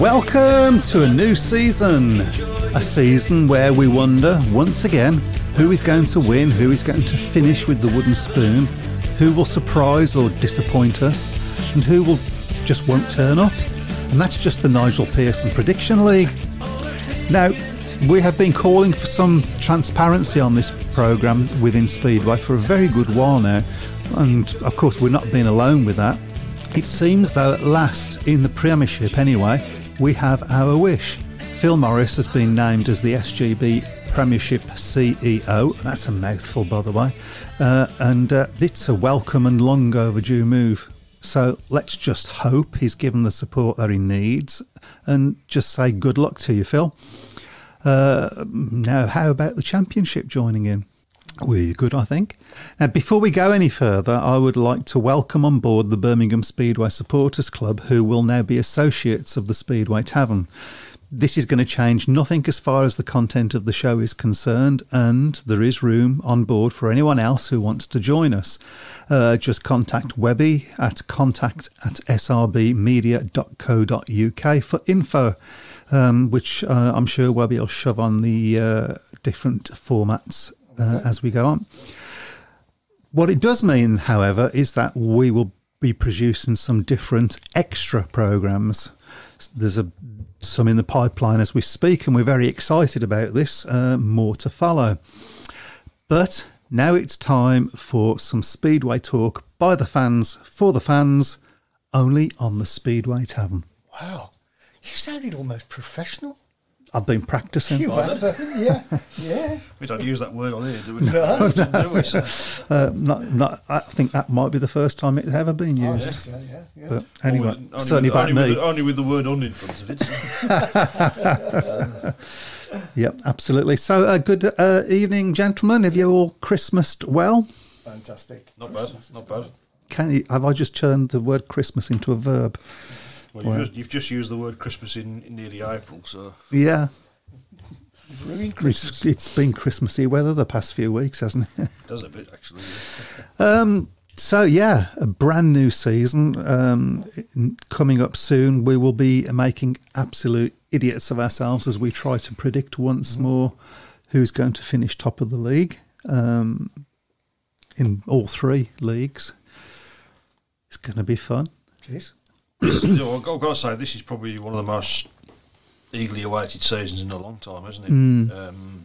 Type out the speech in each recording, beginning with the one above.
Welcome to a new season. A season where we wonder once again who is going to win, who is going to finish with the wooden spoon, who will surprise or disappoint us, and who will just won't turn up. And that's just the Nigel Pearson Prediction League. Now, we have been calling for some transparency on this program within Speedway for a very good while now, and of course, we're not being alone with that. It seems, though, at last, in the Premiership anyway, we have our wish. Phil Morris has been named as the SGB Premiership CEO. That's a mouthful, by the way. Uh, and uh, it's a welcome and long overdue move. So let's just hope he's given the support that he needs and just say good luck to you, Phil. Uh, now, how about the championship joining in? We're good, I think. Now, before we go any further, I would like to welcome on board the Birmingham Speedway Supporters Club, who will now be associates of the Speedway Tavern. This is going to change nothing as far as the content of the show is concerned, and there is room on board for anyone else who wants to join us. Uh, just contact Webby at contact at srbmedia.co.uk for info, um, which uh, I'm sure Webby will shove on the uh, different formats uh, as we go on. What it does mean, however, is that we will be producing some different extra programs. There's a, some in the pipeline as we speak, and we're very excited about this. Uh, more to follow. But now it's time for some Speedway talk by the fans, for the fans, only on the Speedway Tavern. Wow. You sounded almost professional. I've been practicing. You have, uh, yeah, yeah. We don't use that word on here, do we? No, do we? So, Uh, not, not, I think that might be the first time it's ever been used. So, yeah, yeah. But anyway, Oh, only with- certainly by only with, me. the- only with the word "on" in front of it. so. Yep, absolutely. So, uh, good uh, evening, gentlemen. Have you all Christmased well? Fantastic. Not bad. Not bad. Can you, have I just turned the word Christmas into a verb? Well, you've, just, you've just used the word Christmas in, in nearly April, so Yeah, You've ruined Christmas. it's, it's been Christmassy weather the past few weeks, hasn't it? it does a bit actually. So yeah, a brand new season um, n- coming up soon. We will be making absolute idiots of ourselves as we try to predict once Mm-hmm. more who's going to finish top of the league um, in all three leagues. It's going to be fun. Jeez. You know, I've got I've got to say, this is probably one of the most eagerly awaited seasons in a long time, isn't it? Hmm. Um,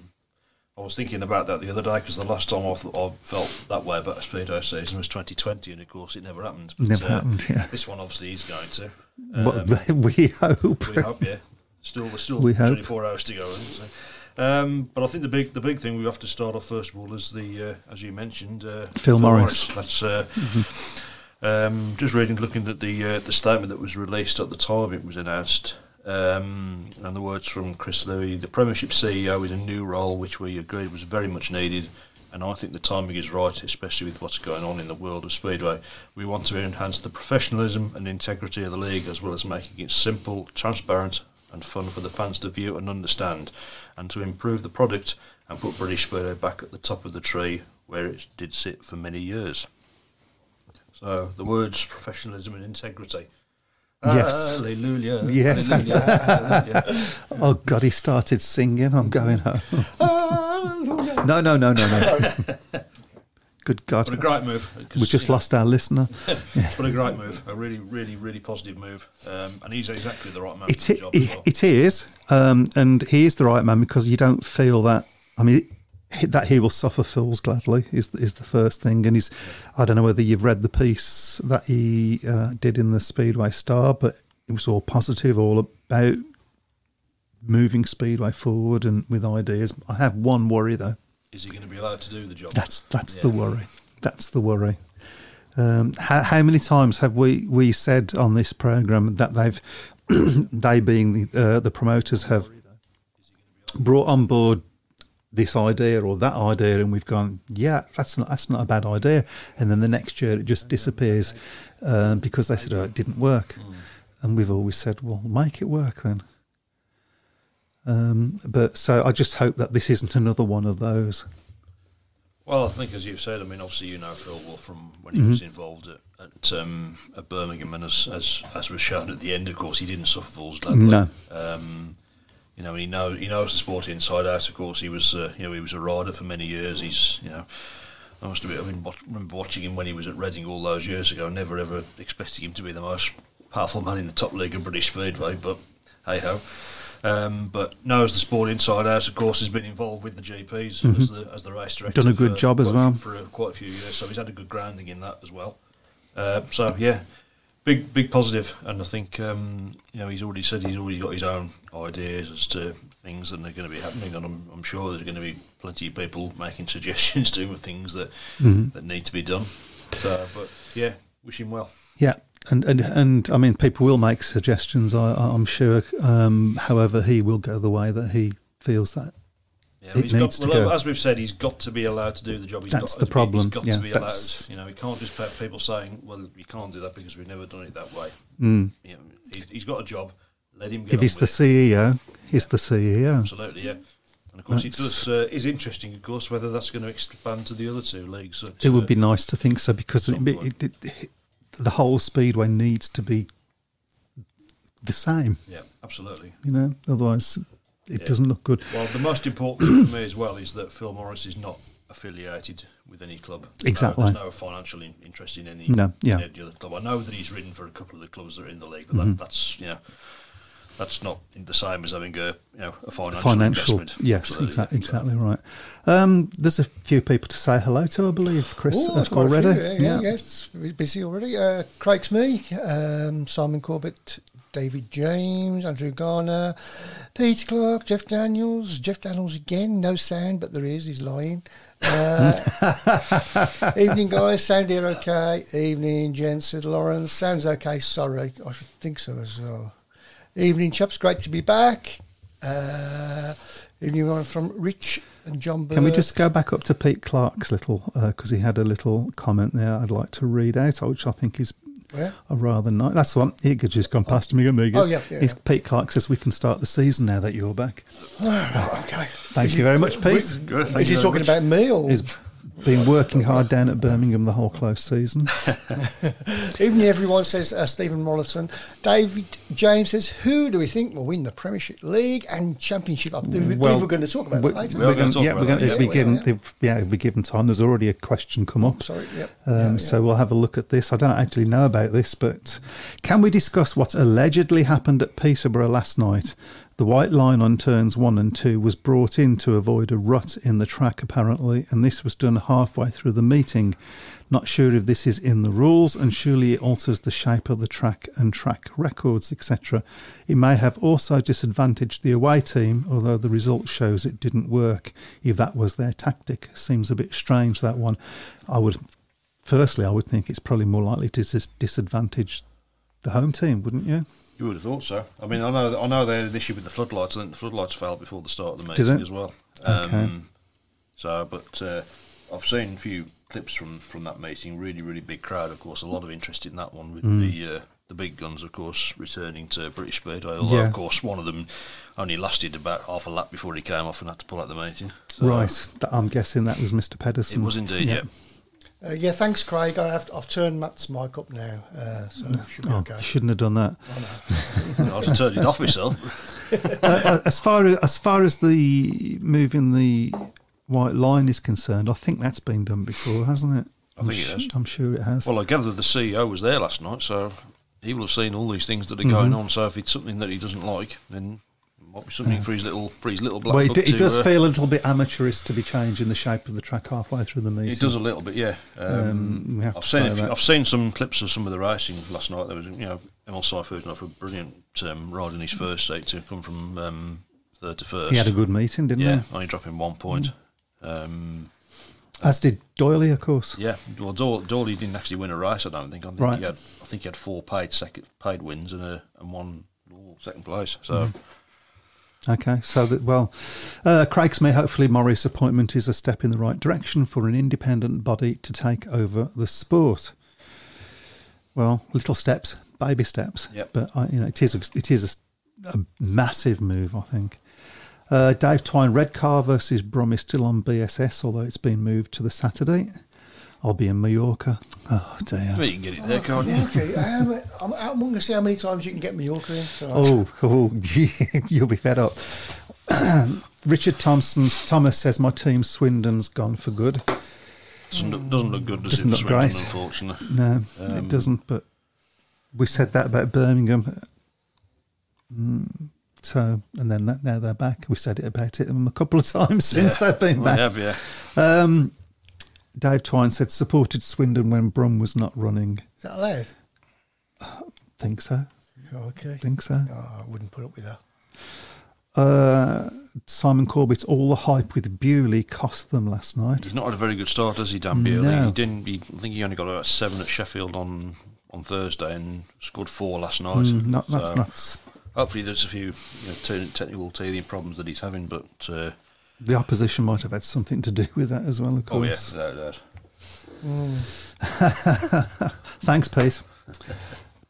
I was thinking about that the other day because the last time I, th- I felt that way about a speedo season was 2020, and of course it never happened. But, uh, Never happened, yeah. This one obviously is going to. But we hope. um, We hope, yeah. Still, there's still We hope. 24 hours to go. Isn't it? So, um, but I think the big, the big thing we have to start off first of all is the, uh, as you mentioned, uh, Phil Morris. That's uh, um, just reading, looking at the uh, the statement that was released at the time it was announced, um, and the words from Chris Lewis, the Premiership CEO is a new role which we agreed was very much needed. And I think the timing is right, especially with what's going on in the world of speedway. We want to enhance the professionalism and integrity of the league, as well as making it simple, transparent, and fun for the fans to view and understand, and to improve the product and put British speedway back at the top of the tree where it did sit for many years. So the words professionalism and integrity. Yes. Hallelujah. Yes. Hallelujah. hallelujah. Oh God, he started singing. I'm going home. Ah, Hallelujah. No, no, no, no, no. Good What a God, great move. 'cause, we just you know, lost our listener. What a great move. A really, really, really positive move. Um, and he's exactly the right man It, for the job. as it, well. it is, um, and he is the right man because you don't feel that. I mean, he- that he will suffer fools gladly is is the first thing, and he's. I don't know whether you've read the piece that he uh, did in the Speedway Star, but it was all positive, all about moving Speedway forward and with ideas. I have one worry though. Is he going to be allowed to do the job? That's that's the worry. That's the worry. Um, how, how many times have we, we said on this program that they've they being the, uh, the promoters have brought on board this idea or that idea, and we've gone, yeah, that's not that's not a bad idea, and then the next year it just disappears um, because they said oh, it didn't work, and we've always said, well, make it work then. Um, but so I just hope that this isn't another one of those. Well, I think as you've said, I mean, obviously you know Phil Wolf from when he Mm-hmm. was involved at at, um, at Birmingham, and as, as as was shown at the end, of course, he didn't suffer fools gladly. No. Um, you know, he knows he knows the sport inside out. Of course, he was uh, you know he was a rider for many years. He's you know. I must admit, I mean, watch, remember watching him when he was at Reading all those years ago. Never ever expecting him to be the most powerful man in the top league of British Speedway, but hey ho. Um, but knows the sport inside out. Of course, has been involved with the GPs as the as the race director Mm-hmm. Done a good for job as quite a- well. for a, quite a few years. So he's had a good grounding in that as well. Uh, so yeah, big big positive, and I think um, you know he's already said he's already got his own ideas as to things that are going to be happening, and I'm, I'm sure there's going to be plenty of people making suggestions to him of things that Mm-hmm. that need to be done. So, but yeah, wish him well. Yeah, and and, and I mean, people will make suggestions. I, I- I'm sure. Um, however, he will go the way that he feels that. Yeah, It he's got- needs to well, go. as we've said, he's got to be allowed to do the job. He's That's got, the to be- problem. He's got Yeah, to be that's- allowed. You know, he can't just have people saying, "Well, you can't do that because we've never done it that way." You know, he's, he's got a job. Let him. Get If on he's with the it. CEO, he's the E CEO. Absolutely, yeah. And of course, it That's- does. Uh, is interesting, of course, whether that's going to expand to the other two leagues. that, It would uh, be nice to think so because it, Some it, it, it- the whole speedway needs to be the same. Yeah, absolutely. You know, otherwise it Yeah. doesn't look good. Well, the most important thing for me as well is that Phil Morris is not affiliated with any club. No, Exactly. There's no financial in- interest in any, No, yeah. in any other club. I know that he's ridden for a couple of the clubs that are in the league, but Mm-hmm. that, that's you know that's not the same as having a you know a financial, Financial, investment. yes, Absolutely, exac- yeah. exactly right. Um, there's a few people to say hello to, I believe, Chris, Oh, uh, there's quite a already. few, Yeah, yeah, yeah, it's really busy already. Uh, Craig's me, um, Simon Corbett, David James, Andrew Garner, Peter Clark, Jeff Daniels. Jeff Daniels again, no sound, but there is, he's lying. Uh, evening, guys. Sound here okay? Evening, Jen, said Lauren. Sounds okay, sorry. I should think so as well. Evening, chaps. Great to be back. Uh, evening, one from Rich and John Bird. Can we just go back up to Pete Clark's little, because he had a little comment there I'd like to read out, which I think is Yeah. a rather nice. That's the one. He could just gone past me, and there he goes. Oh, yeah, yeah, He's- yeah. Pete Clark says, We can start the season now that you're back. okay. Thank you very much, Pete. Good, thank Is he you very talking much. about me or He's been working hard down at Birmingham the whole close season. even everyone says uh, Stephen Morrison? David James says, "Who do we think will win the Premiership League and Championship?" Up there? We, we were going to talk about we- that later. We're We are gonna, gonna talk yeah, about we're going that, to yeah. be Yeah, given, yeah. if- yeah, if we're given time. There's already a question come up. Sorry, yep. Um, Yeah, yeah. So we'll have a look at this. I don't actually know about this, but can we discuss what allegedly happened at Peterborough last night? The white line on turns one and two was brought in to avoid a rut in the track, apparently, and this was done halfway through the meeting. Not sure if this is in the rules, and surely it alters the shape of the track and track records, etc. It may have also disadvantaged the away team, although the result shows it didn't work. If that was their tactic, seems a bit strange that one. I would Firstly, I would think it's probably more likely to dis- disadvantage the home team, wouldn't you? You would have thought so. I mean, I know I know they had an issue with the floodlights. I think the floodlights failed before the start of the meeting it? as well. Um, Okay. So, but uh, I've seen a few clips from, from that meeting. Really, really big crowd. Of course, a lot of interest in that one with Mm. the uh, the big guns. Of course, returning to British Speedway. Although, Yeah. of course, one of them only lasted about half a lap before he came off and had to pull out the meeting. So Right. That- I'm guessing that was Mr. It Pedersen. was indeed. Yeah. Uh, yeah, thanks, Craig. I have, I've turned Matt's mic up now, uh, so it should be Oh, okay. shouldn't have done that. I was turning it off myself. Uh, as far as as far as the moving the white line is concerned, I think that's been done before, hasn't it? I I'm think it su- has. I'm sure it has. Well, I gather the CEO was there last night, so he will have seen all these things that are going Mm-hmm. on. So if it's something that he doesn't like, then it might be something for his little for his little black Well, it, book d- it to, does uh, feel a little bit amateurish to be changing the shape of the track halfway through the meeting. It does a little bit, yeah. Um, Um, we have I've to seen say a few- that. I've seen some clips of some of the racing last night. There was you know Emil Seifert off a brilliant um, ride in his first eight to come from um, third to first. He had a good meeting, didn't Mm. yeah, only dropping one point. Um, he? As did Doyley, of course. yeah, well, Daw- Dawley didn't actually win a race. I don't think. I think Right. he had. I think he had four paid second paid wins and a and one all second place. So Mm-hmm. Okay, so that well, uh, Craig's may hopefully Morris' appointment is a step in the right direction for an independent body to take over the sport. Well, little steps, baby steps, uh, Yep. but I, you know it is a, it is a, a massive move, I think. Uh, Dave Twine Redcar versus Brum is still on BSS, although it's been moved to the Saturday. I'll be in Mallorca. Oh dear. Well, you can get it there, can't you? Mallorca. um, I'm, I'm going to see how many times you can get Mallorca in. So Oh, oh, you'll be fed up. Richard Thompson's Thomas says my team Swindon's gone for good. Doesn't look, doesn't look good, does Doesn't it? look for Swindon, great. Unfortunately. No, Um, it doesn't. But we said that about Birmingham. Mm, so, and then that, now they're back. We said it about it um, a couple of times since they've been Well, back. they have, yeah. Um, Dave Twine said supported Swindon when Brum was not running. Is that allowed? Think so. Oh, okay. Think so. Oh, I wouldn't put up with that. Uh, Simon Corbett's all the hype with Bewley cost them last night. He's not had a very good start, has he, Dan Beale? No. He didn't. He, I think he only got about seven at Sheffield on on Thursday and scored four last night. Mm, not, that's So nuts. Hopefully, there's a few you know, te- technical teething problems that he's having, but uh, The opposition might have had something to do with that as well, of oh yeah, course. without a doubt. Thanks, Pete.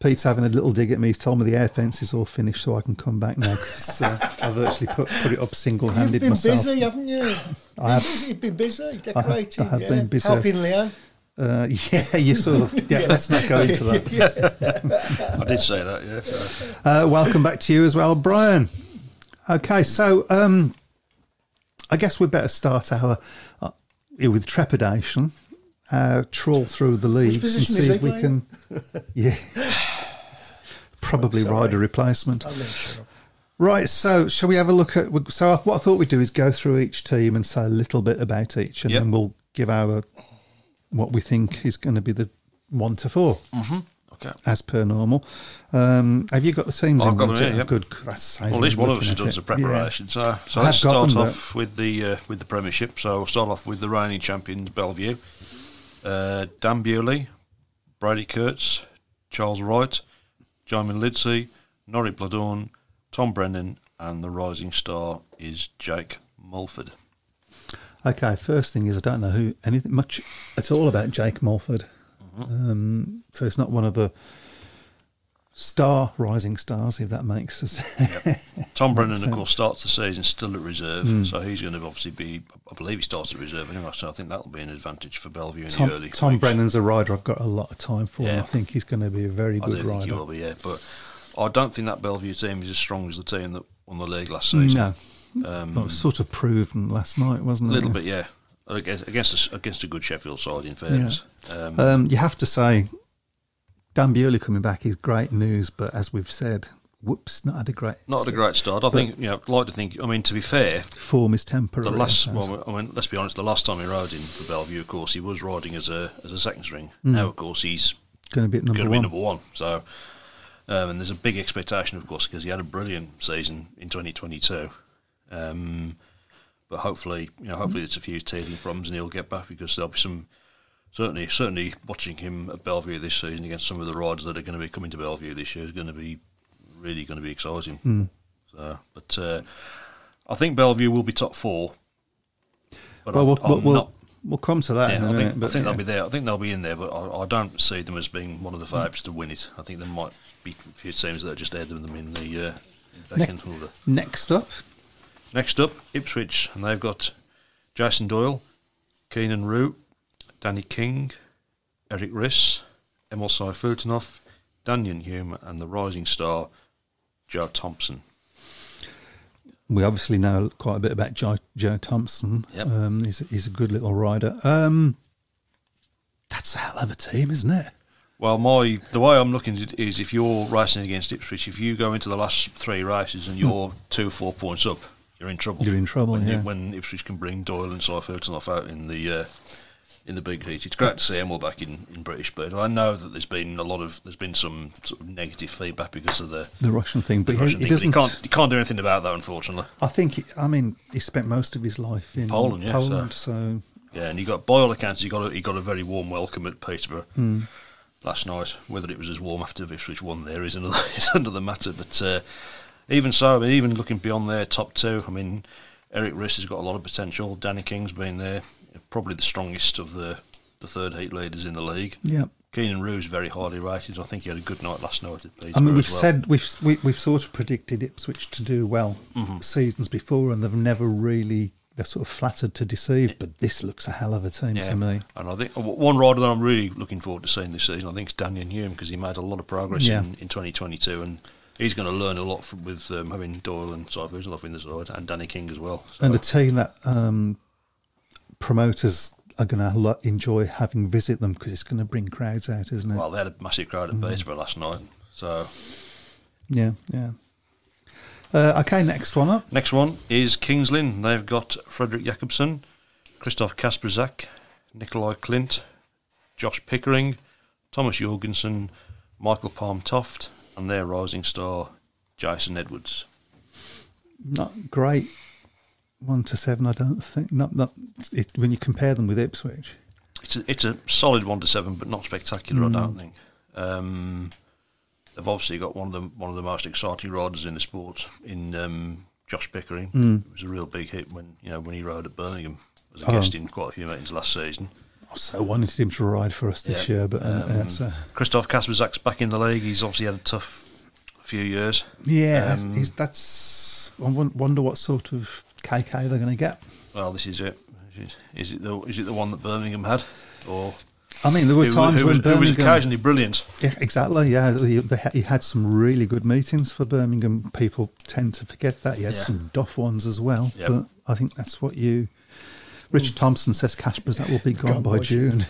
Pete's having a little dig at me. He's told me the air fence is all finished, so I can come back now 'cause, uh, I've actually put, put it up You've single-handed been myself. busy, haven't you? I have- Busy, You've been busy, decorating. I have yeah. been busy. Helping Leon. Uh, yeah, you sort of. Yeah, let's not go into that. I did say that. Yeah. So, Uh, welcome back to you as well, Brian. Okay, so um, I guess we better start our uh, with trepidation, uh, trawl through the leagues and position see is if he we playing? can. Yeah, probably ride a replacement. Oh, no, shut up. Right, so shall we have a look at? So I- what I thought we'd do is go through each team and say a little bit about each, and Yep. then we'll give our what we think is going to be the one to four okay. as per normal. Um, have you got the teams? I've in got front them of here, you? yep. Good. That saves Well, at least me one of us looking has at done it. some Yeah. preparation. So, so I let's have got start them, but- off with the uh, with the Premiership. So we'll start off with the reigning champions, Bellevue. Uh, Dan Bewley, Brady Kurtz, Charles Wright, Jamin Lidsey, Norrie Pladorn, Tom Brennan, and the rising star is Jake Mulford. Okay, first thing is I don't know who anything much at all about Jake Mulford. Mm-hmm. Um, so it's not one of the star rising stars, if that makes us. Tom Brennan, of course, starts the season still at reserve, Hmm. so he's going to obviously be. I believe he starts at reserve anyway, so I think that'll be an advantage for Bellevue in the Tom, early. Tom weeks. Brennan's a rider I've got a lot of time for. And Yeah. I think he's going to be a very good I do think he rider. will be, yeah. But I don't think that Bellevue team is as strong as the team that won the league last season. No, that was sort of proven last night, wasn't A it? um, little bit, yeah. Against against a, s- against a good Sheffield side, in fairness. Um, Um, you have to say, Dan Bewley coming back is great news, but as we've said, whoops, not had a great not a great start. I think you know. I'd like to think. I mean, to be fair, form is temporary. the I last. suppose. Well, I mean, let's be honest. The last time he rode in for Bellevue, of course, he was riding as a as a second string. Mm. Now, of course, he's going to be at number going to be one. number one. So, um, and there's a big expectation, of course, because he had a brilliant season in 2022. Um, but hopefully, you know, hopefully there's a few teething problems and he'll get back because there'll be some. Certainly, certainly, watching him at Bellevue this season against some of the riders that are going to be coming to Bellevue this year is going to be really going to be exciting. Hmm. So, but uh, I think Bellevue will be top four. But Well, I'm, we'll, I'm we'll, not we'll, we'll come to that in Oh, yeah, a I minute. think, but I think yeah. they'll be there. I think they'll be in there, but I, I don't see them as being one of the favourites to win it. I think there might be a few teams that are just ahead of them in the uh, back Nick- end order. Next up, Next up, Ipswich, and they've got Jason Doyle, Keenan Root, Danny King, Eric Riss, Emil Saifutinov, Daniel Hume, and the rising star Joe Thompson. we obviously know quite a bit about Joe, Joe Thompson. Yep. Um, he's, a, he's a good little rider. Um, that's a hell of a team, isn't it? Well, my the way I'm looking at it is if you're racing against Ipswich, if you go into the last three races and you're two or four points up, you're in trouble. Hmm. You're in trouble, when, yeah. when Ipswich can bring Doyle and Seifertenoff out in the uh, in the big heat. It's great to see them all back in, in British Bird. I know that there's been a lot of there's been some sort of negative feedback because of the, The Russian thing, but the he- Russian he, thing, doesn't. but you can't you can't do anything about that unfortunately. I think. He, I mean, he spent most of his life in Poland, yeah, so- Poland, so. Yeah, and you got by all accounts you got a, you got a very warm welcome at Peterborough Hmm. last night. Whether it was as warm after Ipswich won there is another is another matter. But uh, even so, I mean, even looking beyond their top two, I mean, Eric Riss has got a lot of potential. Danny King's been there, probably the strongest of the the third heat leaders in the league. Yeah. Keenan Ruse very highly rated. I think he had a good night last night at Peterborough. I mean, we've as well. said we've we, we've sort of predicted Ipswich to do well Mm-hmm. seasons before, and they've never really they're sort of flattered to deceive. But this looks a hell of a team to me. And I think uh, w- one rider that I'm really looking forward to seeing this season, I think, is Daniel Hume because he made a lot of progress Yeah. in, in 2022, and he's going to learn a lot from, with um, having Doyle and Typhus off in the side, and Danny King as well. So, And a team that um, promoters are going to lo- enjoy having visit them because it's going to bring crowds out, isn't it? well, they had a massive crowd Mm. at Peterborough last night. So yeah, yeah. Uh, okay, next one up. next one is Kings Lynn. They've got Frederick Jacobson, Christoph Kasperzak, Nikolai Clint, Josh Pickering, Thomas Jorgensen, Michael Palm Toft, and their rising star Jason Edwards. Not great. One to seven, I don't think. Not not it, when you compare them with Ipswich. It's a, it's a solid one to seven, but not spectacular. I Hmm. don't think. Um, they've obviously got one of the one of the most exciting riders in the sport in um, Josh Pickering. It was a real big hit when you know when he rode at Birmingham as a Hmm. Oh. guest in quite a few meetings last season. I oh, so wanted him to ride for us this Yeah. year, but uh, Um, that's, uh, Christoph Kasperzak's back in the league. He's obviously had a tough few years. Yeah, Um, he's, that's. I won- wonder what sort of KK they're going to get. Well, this is it. Is it- Is it the is it the one that Birmingham had, or I mean, there were who, times who when was, who was Birmingham. occasionally brilliant? yeah, exactly. Yeah, he, they, ha- he had some really good meetings for Birmingham. People tend to forget that. He had Yeah. some doff ones as well. Yep. But I think that's what you. Rich Thompson says Casper's that will be gone Gone by by June.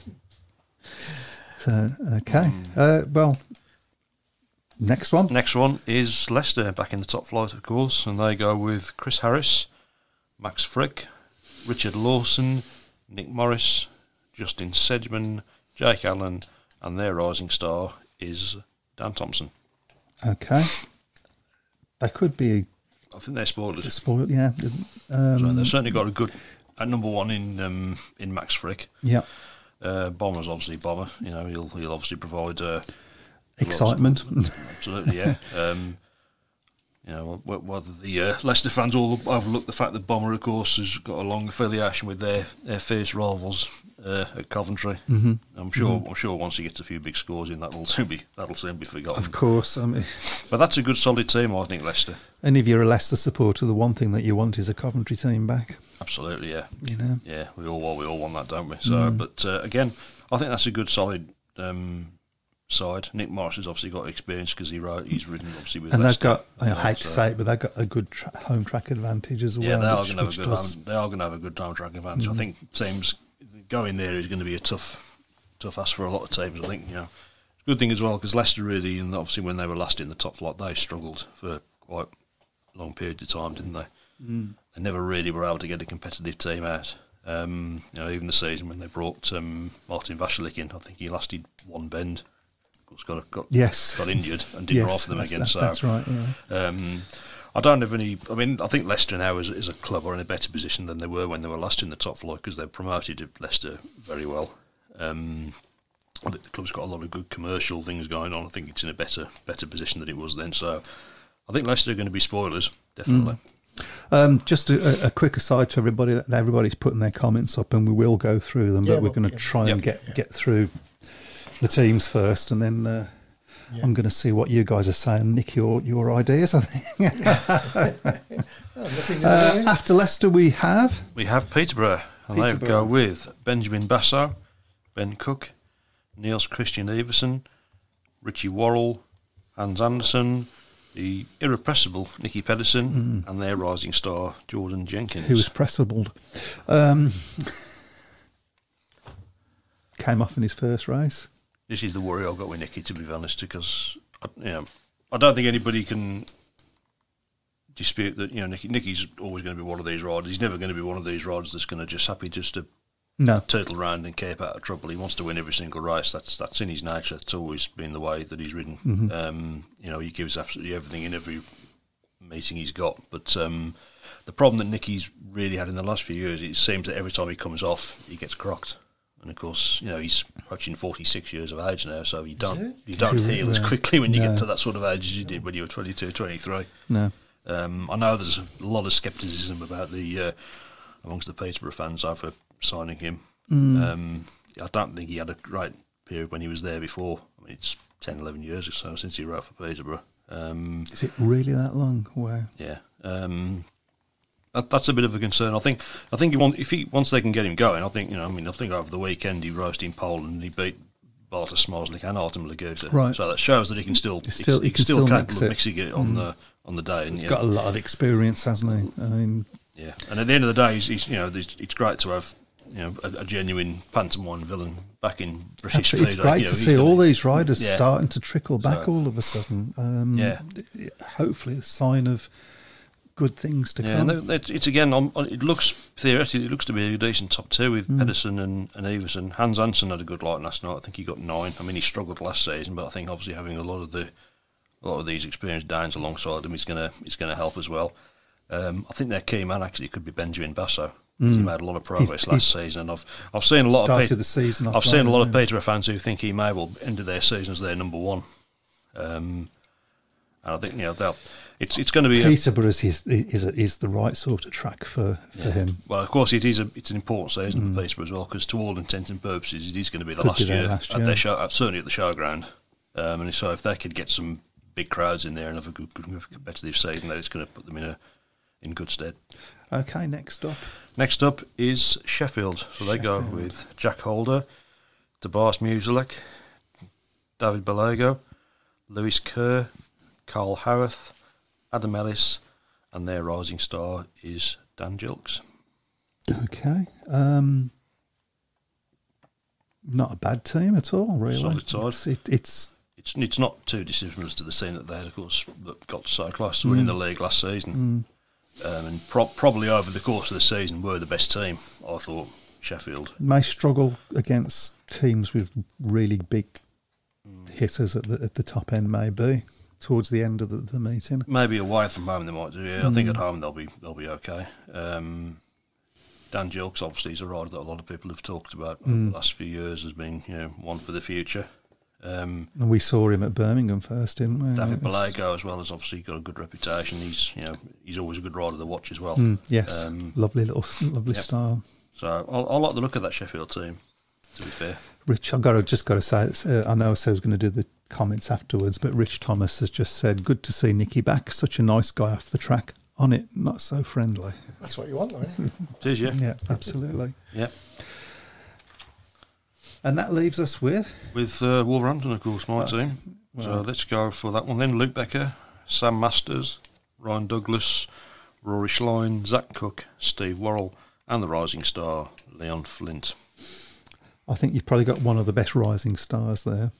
so, okay. Uh, well, next one. Next one is Leicester, back in the top flight, of course, and they go with Chris Harris, Max Frick, Richard Lawson, Nick Morris, Justin Sedgman, Jake Allen, and their rising star is Dan Thompson. Okay. They could be I think they're spoilers. spoiled. Yeah. so they've Um, certainly got a good at number one in um, in Max Frick. yeah. Uh, Bomber's obviously Bomber. You know he'll he'll obviously provide. Uh, Excitement. Absolutely, yeah. um, you know, wh- wh- whether the uh, Leicester fans all overlook the fact that Bomber, of course, has got a long affiliation with their, their fierce rivals uh, at Coventry. Mm-hmm. I'm sure. I'm sure once he gets a few big scores in, that'll soon be that'll soon be forgotten. Of course. Um, I mean, But that's a good, solid team, I think, Leicester. and if you're a Leicester supporter, the one thing that you want is a Coventry team back. Absolutely, yeah. You know. Yeah, we all well, we all want that, don't we? Mm-hmm. So, but uh, again, I think that's a good solid um, side. Nick Morris has obviously got experience because he wrote, he's ridden obviously with And they've Leicester. got, I you know, hate to so- say it, but they've got a good tra- home track advantage as well. Yeah, they are which- going to have which a good. does- Mm-hmm. Time, they are going to have a good time track advantage. I think teams going there is going to be a tough, tough ask for a lot of teams. I think you know, good thing as well because Leicester really and obviously when they were last in the top flight, they struggled for quite a long period of time, didn't they? Mm. They never really were able to get a competitive team out. Um, you know, even the season when they brought um, Martin Vashalik in, I think he lasted one bend. Of course, got got Yes. got injured and didn't Yes, for them that's, again. that- so that's right. Yeah. um, I don't have any. I mean, I think Leicester now is, is a club are in a better position than they were when they were last in the top flight because they've promoted Leicester very well. Um, I think the club's got a lot of good commercial things going on. I think it's in a better better position than it was then. So I think Leicester are going to be spoilers definitely. Um, just a, a- a quick aside to everybody that everybody's putting their comments up, and we will go through them, Yeah, but we're well, going to yeah. try and Yep. get get through the teams first, and then. Uh, I'm going to see what you guys are saying, nick your your ideas. I think. Oh, nothing Uh, really. after Leicester, we have We have Peterborough, and they Peterborough. go with Benjamin Basso, Ben Cook, Niels Christian Everson, Richie Worrell, Hans Anderson, the irrepressible Nicky Pedersen, and their rising star Jordan Jenkins. Mm. who was pressabled. Um, came off in his first race. this is the worry I've got with Nicky, to be honest, because I, you know, I don't think anybody can dispute that. You know, Nicky, Nicky's always going to be one of these riders. He's never going to be one of these riders that's going to just happy just to No. turtle round and cape out of trouble. He wants to win every single race. That's that's in his nature. That's always been the way that he's ridden. Mm-hmm. Um, you know, he gives absolutely everything in every meeting he's got. But um, the problem that Nicky's really had in the last few years, it seems that every time he comes off, he gets crocked. And of course, you know he's approaching forty-six years of age now, so you don't you don't Is he heal as really? quickly when you No. get to that sort of age as you did when you were 22, 23. No. Um, I know there's a lot of scepticism about the uh, Mm. amongst the Peterborough fans over signing him. Um, I don't think he had a great period when he was there before. I mean, it's 10, 11 years or so since he wrote for Peterborough. Um, Is it really that long? Wow. yeah, um, that, that's a bit of a concern. I think I think he want, if he once they can get him going, I think you know. I mean, I think over the weekend he raced in Poland, he beat Bartosz Smolnik and Artem Laguta. Right. So that shows that he can still He's still- he he's can still still, capable mix of it. Mm. mixing it on the on the day. And yeah, Got a lot of experience, hasn't he? I mean, yeah. And at the end of the day, he's, he's you know it's, it's great to have you know a, a genuine pantomime villain back in British. absolutely, it's speedo, great you know, to he's see gonna- all these riders Yeah. starting to trickle back So- all of a sudden. Um, Yeah. d- Hopefully, a sign of good things to Yeah, come. and that- that- it's again. On, on, it looks theoretically, it looks to be a decent top two Hmm. with Pedersen and, and Everson. Hans Hansen had a good light last night. I think he got nine. I mean, he struggled last season, but I think obviously having a lot of the a lot of these experienced Danes alongside him is gonna is gonna help as well. Um, I think their key man actually could be Benjamin Basso. He made a lot of progress Hmm. He's- last season, and I've I've seen a lot of Started Pete- the season off I've seen a right, lot of yeah. Peterborough fans who think he may well end their season as their number one. Um, and I think you know they'll. It's it's going to be a- Peterborough is is, is the right sort of track for, for him. Well, of course, it is. A, it's an important season for Peterborough as well, because to all intents and purposes, it is going to be the Mm. Could last be their year, last At year. their show, uh, certainly at the showground. Um, and so, if they could get some big crowds in there and have a good, good competitive season, then it's going to put them in a in good stead. Okay, next up. Next up is Sheffield. So they go with Jack Holder, Tobias Musilek, David Balago, Lewis Kerr, Carl Harrath, Adam Ellis, and their rising star is Dan Jilks. Okay. Um, not a bad team at all, really. Solid side. It's, it, it's it's it's not too dissimilar to the scene that they had, of course, that got so close to winning Mm. the league last season. Um, and pro- probably over the course of the season were the best team, I thought, Sheffield. may struggle against teams with really big Mm. hitters at the, at the top end, maybe towards the end of the, the meeting. Maybe away from home they might do, yeah. I think Mm. at home they'll be they'll be okay. Um, Dan Jilks obviously is a rider that a lot of people have talked about Mm. over the last few years as being, you know, one for the future. Um, And we saw him at Birmingham first, didn't we? David It's- Balago as well has obviously got a good reputation. He's you know, he's always a good rider to watch as well. Mm, yes, Um, lovely little, lovely yep. style. So I, I like the look of that Sheffield team. To be fair, Rich, I've got to, just got to say, it's, uh, I know I said I was going to do the comments afterwards, but Rich Thomas has just said, good to see Nicky back. Such a nice guy off the track. On it, not so friendly. That's what you want, though. isn't it? it is, yeah, Yeah, absolutely. yeah. And that leaves us with With uh, Wolverhampton, of course, my team. so well. let's go for that one then. Luke Becker, Sam Masters, Ryan Douglas, Rory Schlein, Zach Cook, Steve Worrell, and the rising star Leon Flint. I think you've probably got one of the best rising stars there.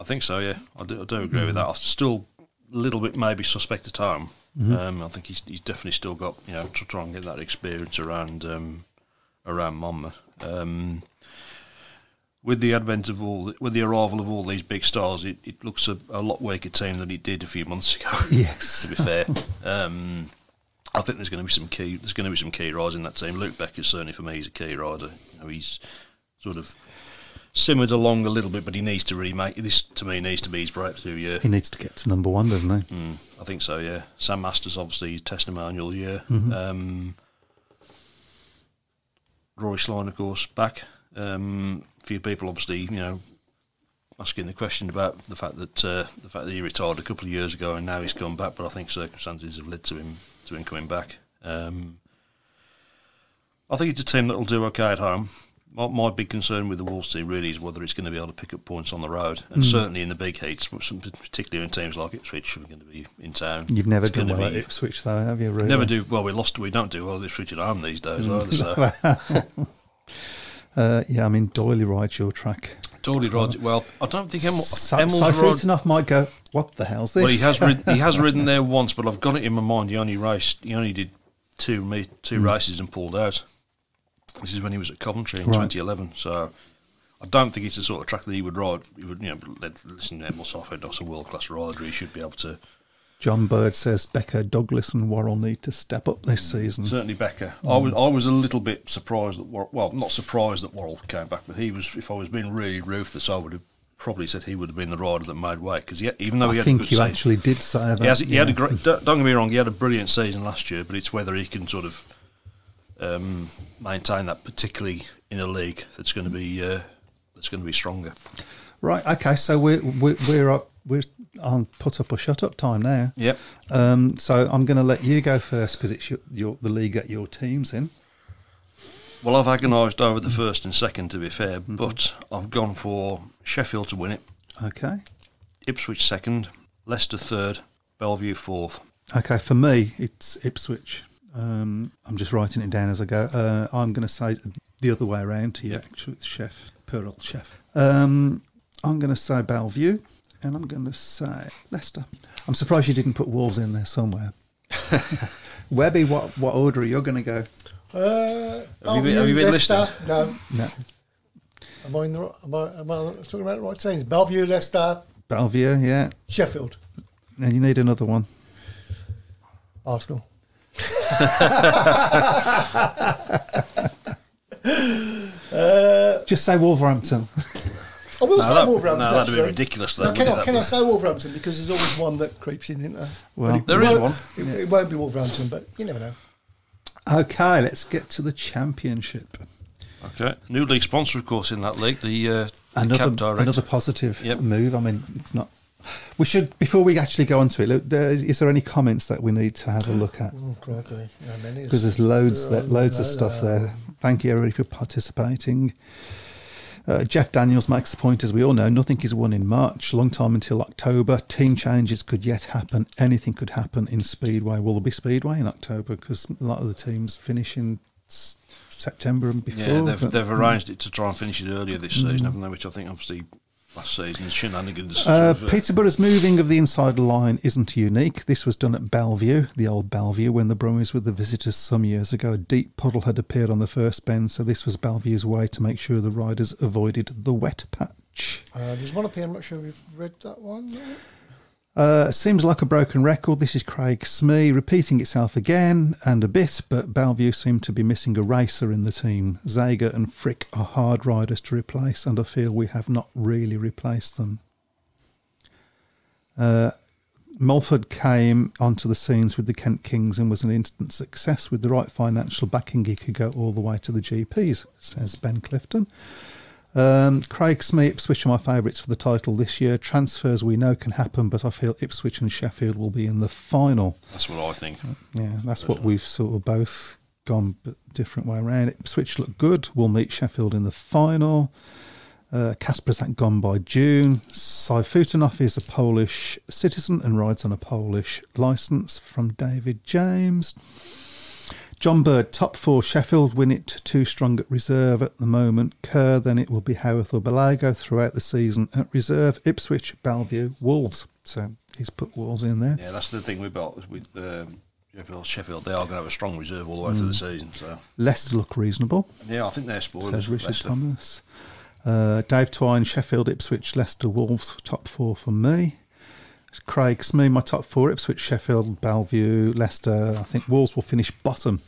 I think so. Yeah, I do, I do agree with that. I'm still a little bit maybe suspect at home. Um, I think he's, he's definitely still got you know to try and get that experience around um, around Monmouth. Um, with the advent of all, with the arrival of all these big stars, it, it looks a, a lot weaker team than it did a few months ago. to Yes. be fair, um, I think there's going to be some key. There's going to be some key riders in that team. Luke Becker certainly for me he's a key rider. You know, he's sort of simmered along a little bit, but he needs to really make this. To me, needs to be his breakthrough year. He needs to get to number one, doesn't he? I think so. Yeah, Sam Masters obviously his testimonial year. Um, Roy Sloan, of course, back. Um, few people obviously, you know, asking the question about the fact that uh, the fact that he retired a couple of years ago and now he's come back, but I think circumstances have led to him to him coming back. Um, I think it's a team that will do okay at home. My, my big concern with the Wolves team really is whether it's going to be able to pick up points on the road, and Hmm. certainly in the big heats, which some- particularly in teams like Ipswich, who are going to be in town. You've never it's done gonna well at be- Ipswich, though, have you? Really? Never do well. We lost. We don't do well at Ipswich at home these Hmm. days either. So Uh, yeah, I mean, Doyley rides your track. Totally rides it well. I don't think Emil, So, Emil's so ride- enough might go, what the hell's this? Well, he has rid, he has ridden there once, but I've got it in my mind. He only raced. He only did two me Hmm. two races and pulled out. This is when he was at Coventry in Right. 2011. So I don't think it's the sort of track that he would ride. He would, you know, let, listen to Emil Sofford, that's a world class rider. He should be able to. John Bird says Becker, Douglas, and Worrell need to step up this Mm. season. Certainly Becker. I was I was a little bit surprised that War, well, not surprised that Worrell came back, but he was. If I was being really ruthless, I would have probably said he would have been the rider that made way because even though I he had a think good you season- actually did say that. He, has, he had a yeah. great. Don't don't get me wrong. He had a brilliant season last year, but it's whether he can sort of um, maintain that, particularly in a league that's going to be uh, that's going to be stronger. Right. Okay. So we're we're we're up. We're on put up or shut up time now. Yep. Um, so I'm going to let you go first because it's your, your the league that your team's in. Well, I've agonised over the first and second, to be fair, Mm-hmm. but I've gone for Sheffield to win it, Okay. Ipswich second, Leicester third, Bellevue fourth. Okay. For me, it's Ipswich. Um, I'm just writing it down as I go. Uh, I'm going to say the other way around to you, Yep. actually. It's Chef, poor old Chef. Um, I'm going to say Bellevue, and I'm going to say Leicester. I'm surprised you didn't put Wolves in there somewhere. Webby, what what order are you going to go? Uh, Have you been- have you been Leicester? No. No, Am I, in the, ro- am, I, am I talking about the right teams? Bellevue, Leicester, Bellevue, yeah. Sheffield, And you need another one. Arsenal. uh, Just say Wolverhampton. I will say that- Wolverhampton. no, that'd be actually. ridiculous, though, No, can, wouldn't I, it? can I That'd say Wolverhampton because there's always one that creeps in, isn't there? Well- But it There is won't- one. It, it won't be Wolverhampton, but you never know. Okay, let's get to the championship. Okay. New league sponsor, of course, in that league, the, uh, the Another Cab Direct. another positive Yep. move. I mean, it's not. We should before we actually go onto it. Look, there, is there any comments that we need to have a look at? Oh, crikey. How many is- Because there's loads, Yeah, that loads of stuff there. Thank you everybody for participating. Uh, Jeff Daniels makes the point, as we all know, nothing is won in March. Long time until October. Team changes could yet happen. Anything could happen in Speedway. Will there be Speedway in October? Because a lot of the teams finish in s- September and before. yeah, they've, but- mm. they've arranged it to try and finish it earlier this season, haven't they? Which I think, obviously, last season, shenanigans. Uh, sort of, uh, Peterborough's moving of the inside line isn't unique. This was done at Bellevue, the old Bellevue, when the Brummies were the visitors some years ago. A deep puddle had appeared on the first bend, so this was Bellevue's way to make sure the riders avoided the wet patch. Uh, there's one up here. I'm not sure we've read that one. Uh, seems like a broken record. This is Craig Smee repeating itself again and a bit, but Bellevue seem to be missing a racer in the team. Zager and Frick are hard riders to replace, and I feel we have not really replaced them. Uh, Mulford came onto the scenes with the Kent Kings and was an instant success. With the right financial backing, he could go all the way to the GPs, says Ben Clifton. Um, Craig Smee, Ipswich are my favourites for the title this year. Transfers we know can happen, but I feel Ipswich and Sheffield will be in the final. that's what I think. Yeah, that's what we've sort of both gone but different way around. Ipswich look good. We'll meet Sheffield in the final. Uh, Kasperzak gone by June. Saifutinov is a Polish citizen and rides on a Polish licence from David James. John Bird, top four. Sheffield win it too strong at reserve at the moment. Kerr, then it will be Howarth or Belago throughout the season at reserve. Ipswich, Bellevue, Wolves. So he's put Wolves in there. Yeah, that's the thing we've got with um, Sheffield. Sheffield, they are going to have a strong reserve all the way through the season. So, Leicester look reasonable. yeah, I think they're spoiled. says Richard Thomas. Uh, Dave Twine, Sheffield, Ipswich, Leicester, Wolves, top four for me. Craig Smee, my top four, Ipswich, Sheffield, Bellevue, Leicester. I think Wolves will finish bottom.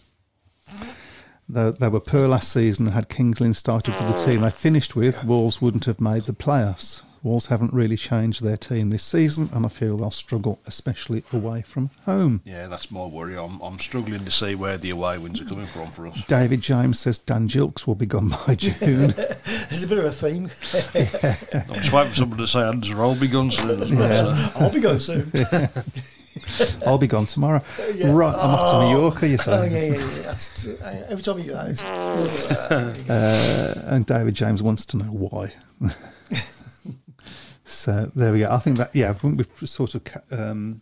They, they were poor last season. Had Kingsland started with the team they finished with, Wolves wouldn't have made the playoffs. Wolves haven't really changed their team this season, and I feel they'll struggle, especially away from home. Yeah, that's my worry. I'm, I'm struggling to see where the away wins are coming from for us. David James says Dan Jilks will be gone by June. There's a bit of a theme. I'm just waiting for someone to say Anders Roll be gone soon as well. so. I'll be going soon. I'll be gone tomorrow. Yeah. Right, I'm off to New York, are you Oh, saying? yeah, yeah, yeah. That's, uh, every time you do that, it's, uh, And David James wants to know why. so there we go. I think that, yeah, I think we've sort of ca- um,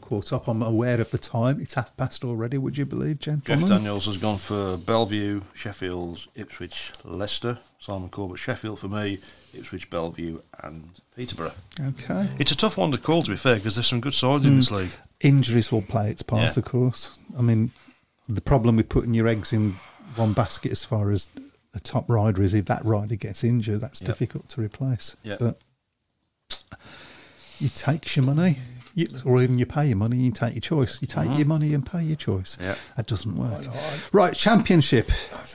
caught up. I'm aware of the time. It's half past already, would you believe, Jeff gentlemen? Daniels has gone for Bellevue, Sheffield, Ipswich, Leicester. Simon Corbett, Sheffield for me, Ipswich, Bellevue, and Peterborough. Okay. It's a tough one to call, to be fair, because there's some good sides in this league. Injuries will play its part, Yeah. of course. I mean, the problem with putting your eggs in one basket as far as a top rider is if that rider gets injured, that's Yep. difficult to replace. Yep. But you take your money, you, or even you pay your money, you take your choice. You take your money and pay your choice. Mm-hmm. Yeah. That doesn't work. Right, championship.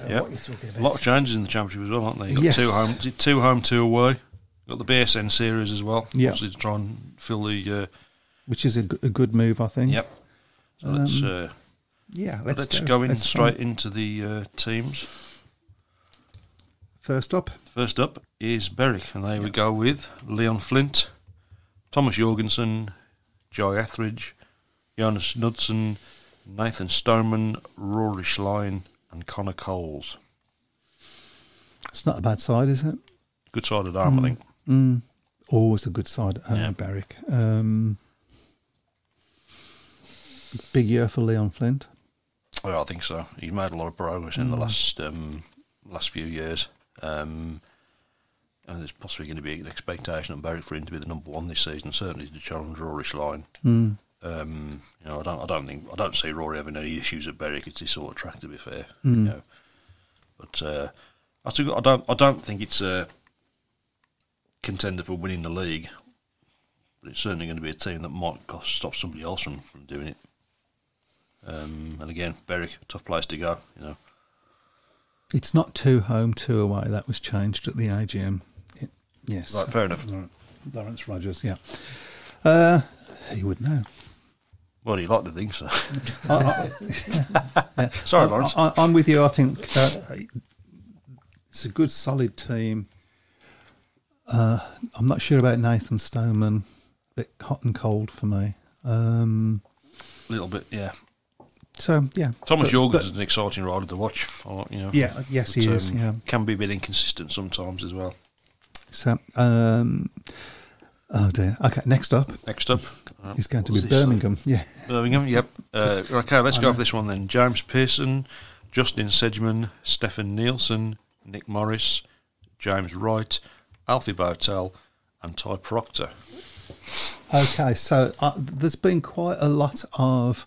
Yeah. what you're talking A about. lot of changes in the championship as well, aren't they? You've got Yes. two home, is it two home, two away. You've got the BSN series as well. Yeah. Obviously to try and fill the. Uh, Which is a, g- a good move, I think. yep. So let's uh, Yeah, let's, Mm. let's, go in Let's straight try. into the uh, teams. First up, First up is Berwick, and there we go with Leon Flint, Thomas Jorgensen, Joy Etheridge, Jonas Knudsen, Nathan Stoneman, Rory Schlein, and Connor Coles. it's not a bad side, is it? Good side of the arm, I think. Mm. Always a good side at Yeah. home, Barrick. Um, big year for Leon Flint. Well, I think so. He's made a lot of progress in the last um, last few years. Um, and there's possibly going to be an expectation on Berwick for him to be the number one this season, certainly to challenge Rory Schlein. Mm. Um, you know, I don't, I don't think, I don't see Rory having any issues at Berwick. It's this sort of track, to be fair. You Mm. know, but uh, I, think- I don't, I don't think it's a contender for winning the league. But it's certainly going to be a team that might cost- stop somebody else from, from doing it. Um, and again, Berwick, tough place to go. You know, It's not two home, two away. That was changed at the AGM. It- yes. right, fair enough. Lawrence- Lawrence Rogers, yeah. Uh, he would know. Well, you like to think so. I, I, Sorry, Lawrence. I, am with you. I think uh, it's a good, solid team. Uh, I'm not sure about Nathan Stoneman. Bit hot and cold for me. Um, A little bit, yeah. so yeah, Thomas But- Jorgensen's an exciting rider to watch. I like, You know, but- yeah, yes, he but, is. um, Yeah. Can be a bit inconsistent sometimes as well. So, um, oh dear. Okay, next up Next up uh, is going to be what was this? Birmingham. Yeah. Birmingham, yep. Uh, okay, let's go for this one then. James Pearson, Justin Sedgman, Stefan Nielsen, Nick Morris, James Wright, Alfie Bartel, and Ty Proctor. Okay, so uh, there's been quite a lot of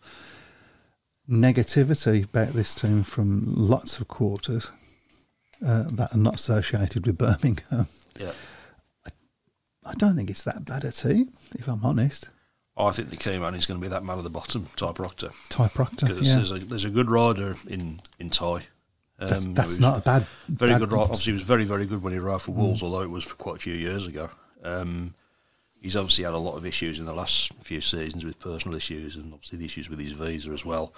negativity about this team from lots of quarters uh, that are not associated with Birmingham. Yeah. I don't think it's that bad a team, if I'm honest. I think the key man is going to be that man at the bottom, Ty Proctor. Ty Proctor, 'Cause yeah, there's, a, there's a good rider in, in Ty. Um, that's, he that's was not a bad, Very bad good rider. Obviously, he was very, very good when he rode for Hmm. Wolves, although it was for quite a few years ago. Um, he's obviously had a lot of issues in the last few seasons with personal issues and obviously the issues with his visa as well.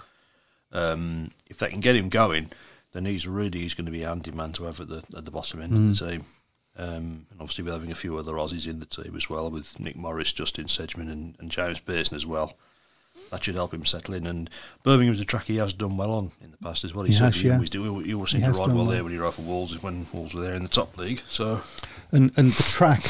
um, if they can get him going, then he's really he's going to be a handy man to have at the at the bottom end of Hmm. the team. Um, and obviously, we're having a few other Aussies in the team as well, with Nick Morris, Justin Sedgman, and, and James Pearson as well. That should help him settle in. And Birmingham's a track he has done well on in the past as well. He, He has, certainly yeah. always do. He, al- he always seemed to has ride done well, well. there when he rode for Wolves when Wolves were there in the top league. So and and the track.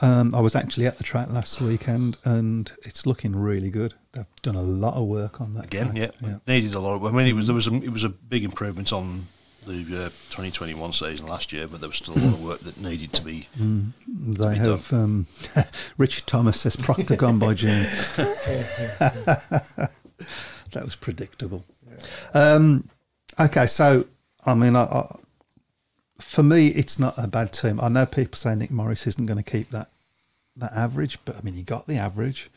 um, I was actually at the track last weekend, and it's looking really good. They've done a lot of work on that again, yeah, track, yeah. needed a lot. Of, I mean, it was there was a, it was a big improvement on the uh, 2021 season last year, but there was still a lot of work that needed to be They be have um, Richard Thomas says Proctor gone by June. that was predictable. Um, okay, so I mean, I, I, for me, it's not a bad team. I know people say Nick Morris isn't going to keep that that average, but I mean, he got the average.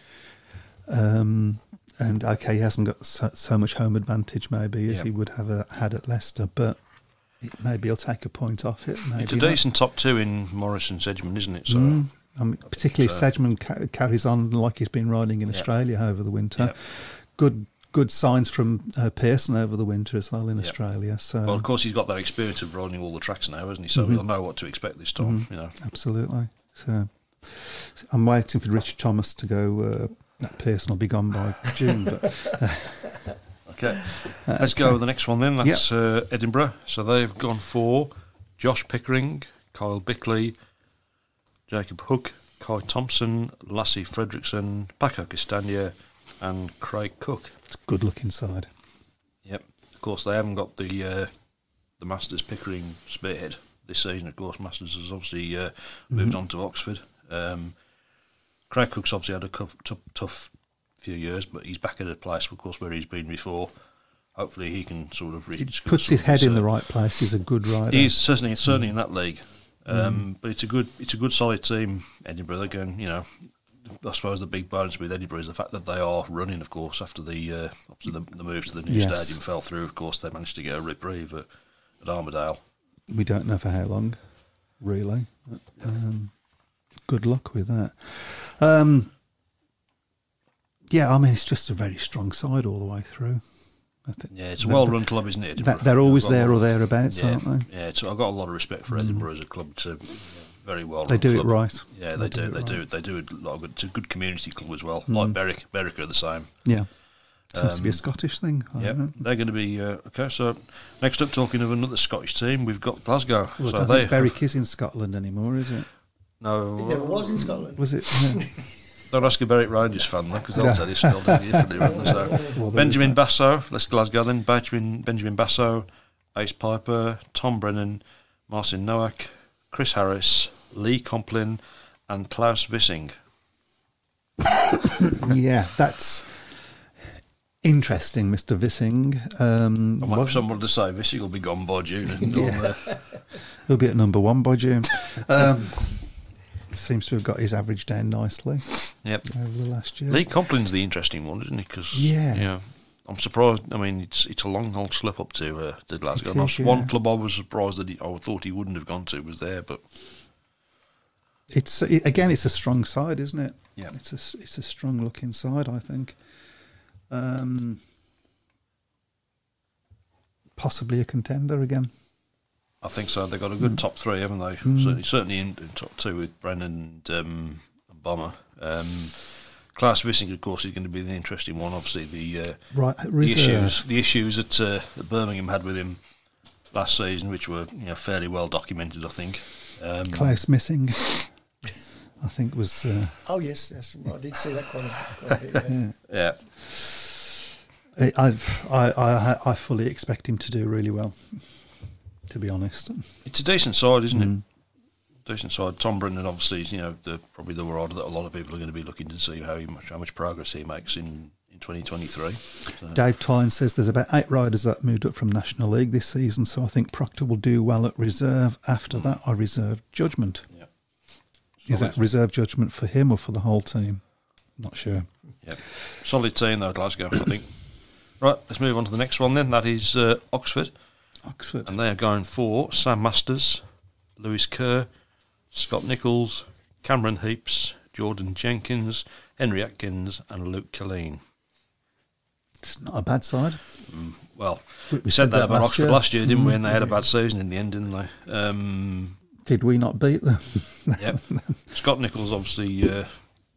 Um, and okay, he hasn't got so, so much home advantage maybe as Yeah. he would have uh had at Leicester, but it, maybe he'll take a point off it. Maybe It's a not. decent top two in Morris and Sedgman, isn't it? So Mm. I mean, particularly if uh, Sedgman ca- carries on like he's been riding in Yeah. Australia over the winter. Yeah. Good good signs from uh, Pearson over the winter as well in Yeah. Australia. So well, of course, he's got that experience of riding all the tracks now, hasn't he? So Mm-hmm. he'll know what to expect this time. You know, absolutely. So I'm waiting for Rich Thomas to go. Uh, that Pearson will be gone by June, but okay. Let's go with the next one then. That's uh, Edinburgh. So they've gone for Josh Pickering, Kyle Bickley, Jacob Hook, Kai Thompson, Lassie Fredrickson, Paco Castagna, and Craig Cook. it's good looking side. Yep. Of course, they haven't got the uh, the Masters Pickering spearhead this season. Of course, Masters has obviously uh, moved Mm-hmm. on to Oxford. Um, Craig Cook's obviously had a tough, tough, tough few years, but he's back at a place, of course, where he's been before. Hopefully, he can sort of He reach. puts his head in the right place. He's a good rider. He's certainly certainly mm. in that league, um, but it's a good it's a good solid team. Edinburgh again, you know. I suppose the big bonus with Edinburgh is the fact that they are running, of course, after the uh, after the, the move to the new Yes. stadium fell through. Of course, they managed to get a reprieve at, at Armadale. we don't know for how long, really. But, um, good luck with that. Um, yeah, I mean, it's just a very strong side all the way through. I think Yeah, it's a well run club, isn't it? that, Edinburgh? they're always I've got a there lot or of- thereabouts, yeah, aren't they? Mm. Yeah, so I've got a lot of respect for Edinburgh as a club. It's a very well They run do it club. right. Yeah, they, do. it They right. do. They do a lot of good. It's a good community club as well. Like Berwick, Berwick are the same. Yeah. Seems to be a Um, Scottish thing. I Yeah, don't know. they're going to be uh, okay. So next up, talking of another Scottish team, we've got Glasgow. Well, I so don't they think Berwick is in Scotland anymore, is it? no, It never was in Scotland. Was it? Yeah. Don't ask a Berwick Rangers fan though, because they'll No. tell you spelled it differently. won't they? So Well, there Benjamin is that. Basso, let's Glasgow then. Benjamin Benjamin Basso, Ace Piper, Tom Brennan, Marcin Nowak, Chris Harris, Lee Complin, and Klaus Wissing. yeah, that's interesting, Mr. Vissing. Um, I might have someone to say Wissing will be gone by June. And all Yeah. that. He'll be at number one by June. Um, seems to have got his average down nicely Yep. over the last year. Lee Complin's the interesting one, isn't he? Because Yeah. I'm surprised. I mean, it's it's a long old slip up to uh, to Glasgow. It And I is, was- One yeah. club I was surprised that he, I thought he wouldn't have gone to was there, but It's it, again, it's a strong side, isn't it? Yeah. it's a s- it's a strong looking side, I think. Um, possibly a contender again. I think so. They've got a good Mm. top three, haven't they? Certainly, certainly in, in top two with Brennan and, um, and Bomber. Um, Klaus Wissing, of course, is going to be the interesting one. Obviously, the, uh, Right, the reserve. issues the issues that, uh, that Birmingham had with him last season, which were you know fairly well documented, I think. Um, Klaus missing. I think was uh, Oh yes, yes, I did see that quite a, quite a bit. Yeah. yeah, I, I've- I I I fully expect him to do really well. To be honest, Mm. it's a decent side, isn't it? Decent side. Tom Brennan, obviously, is, you know, the, probably the rider that a lot of people are going to be looking to see how he, much, how much progress he makes in, in 2023. So- Dave Tyne says there's about eight riders that moved up from National League this season, so I think Proctor will do well at reserve. After that, I reserve judgment. yeah. Is that reserve judgment for him or for the whole team? Not sure. Yep. Solid team though, Glasgow, I think. Right, let's move on to the next one then. That is uh, Oxford, Oxford. and they are going for Sam Masters, Lewis Kerr, Scott Nichols, Cameron Heaps, Jordan Jenkins, Henry Atkins, and Luke Killeen. It's not a bad side. Well, We- we, we said, said that that about last Oxford year. Mm-hmm. last year, didn't we? And they had a bad season in the end, didn't they? Um, Did we not beat them? yep. Scott Nichols, obviously, uh,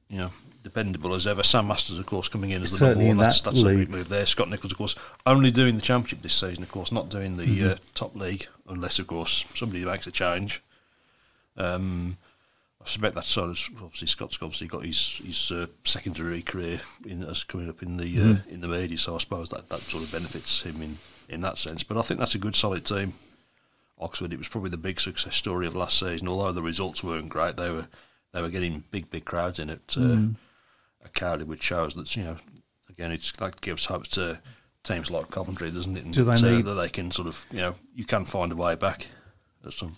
you know, dependable as ever. Sam Masters, of course, coming in as the Certainly in number one. That's, that that's a league. big move there. Scott Nichols, of course, only doing the championship this season, of course, not doing the Mm-hmm. uh, top league, unless, of course, somebody makes a change. Um, I suspect that's sort of obviously Scott's obviously got his his uh, secondary career in as coming up in the uh, Mm-hmm. in the media, so I suppose that, that sort of benefits him in, in that sense. But I think that's a good solid team. Oxford. It was probably the big success story of last season. Although the results weren't great, they were they were getting big big crowds in at uh, Hmm. at Cowley, which shows that you know again it's that gives hope to teams like Coventry, doesn't it? And Do they so need- that they can sort of you know you can find a way back. At some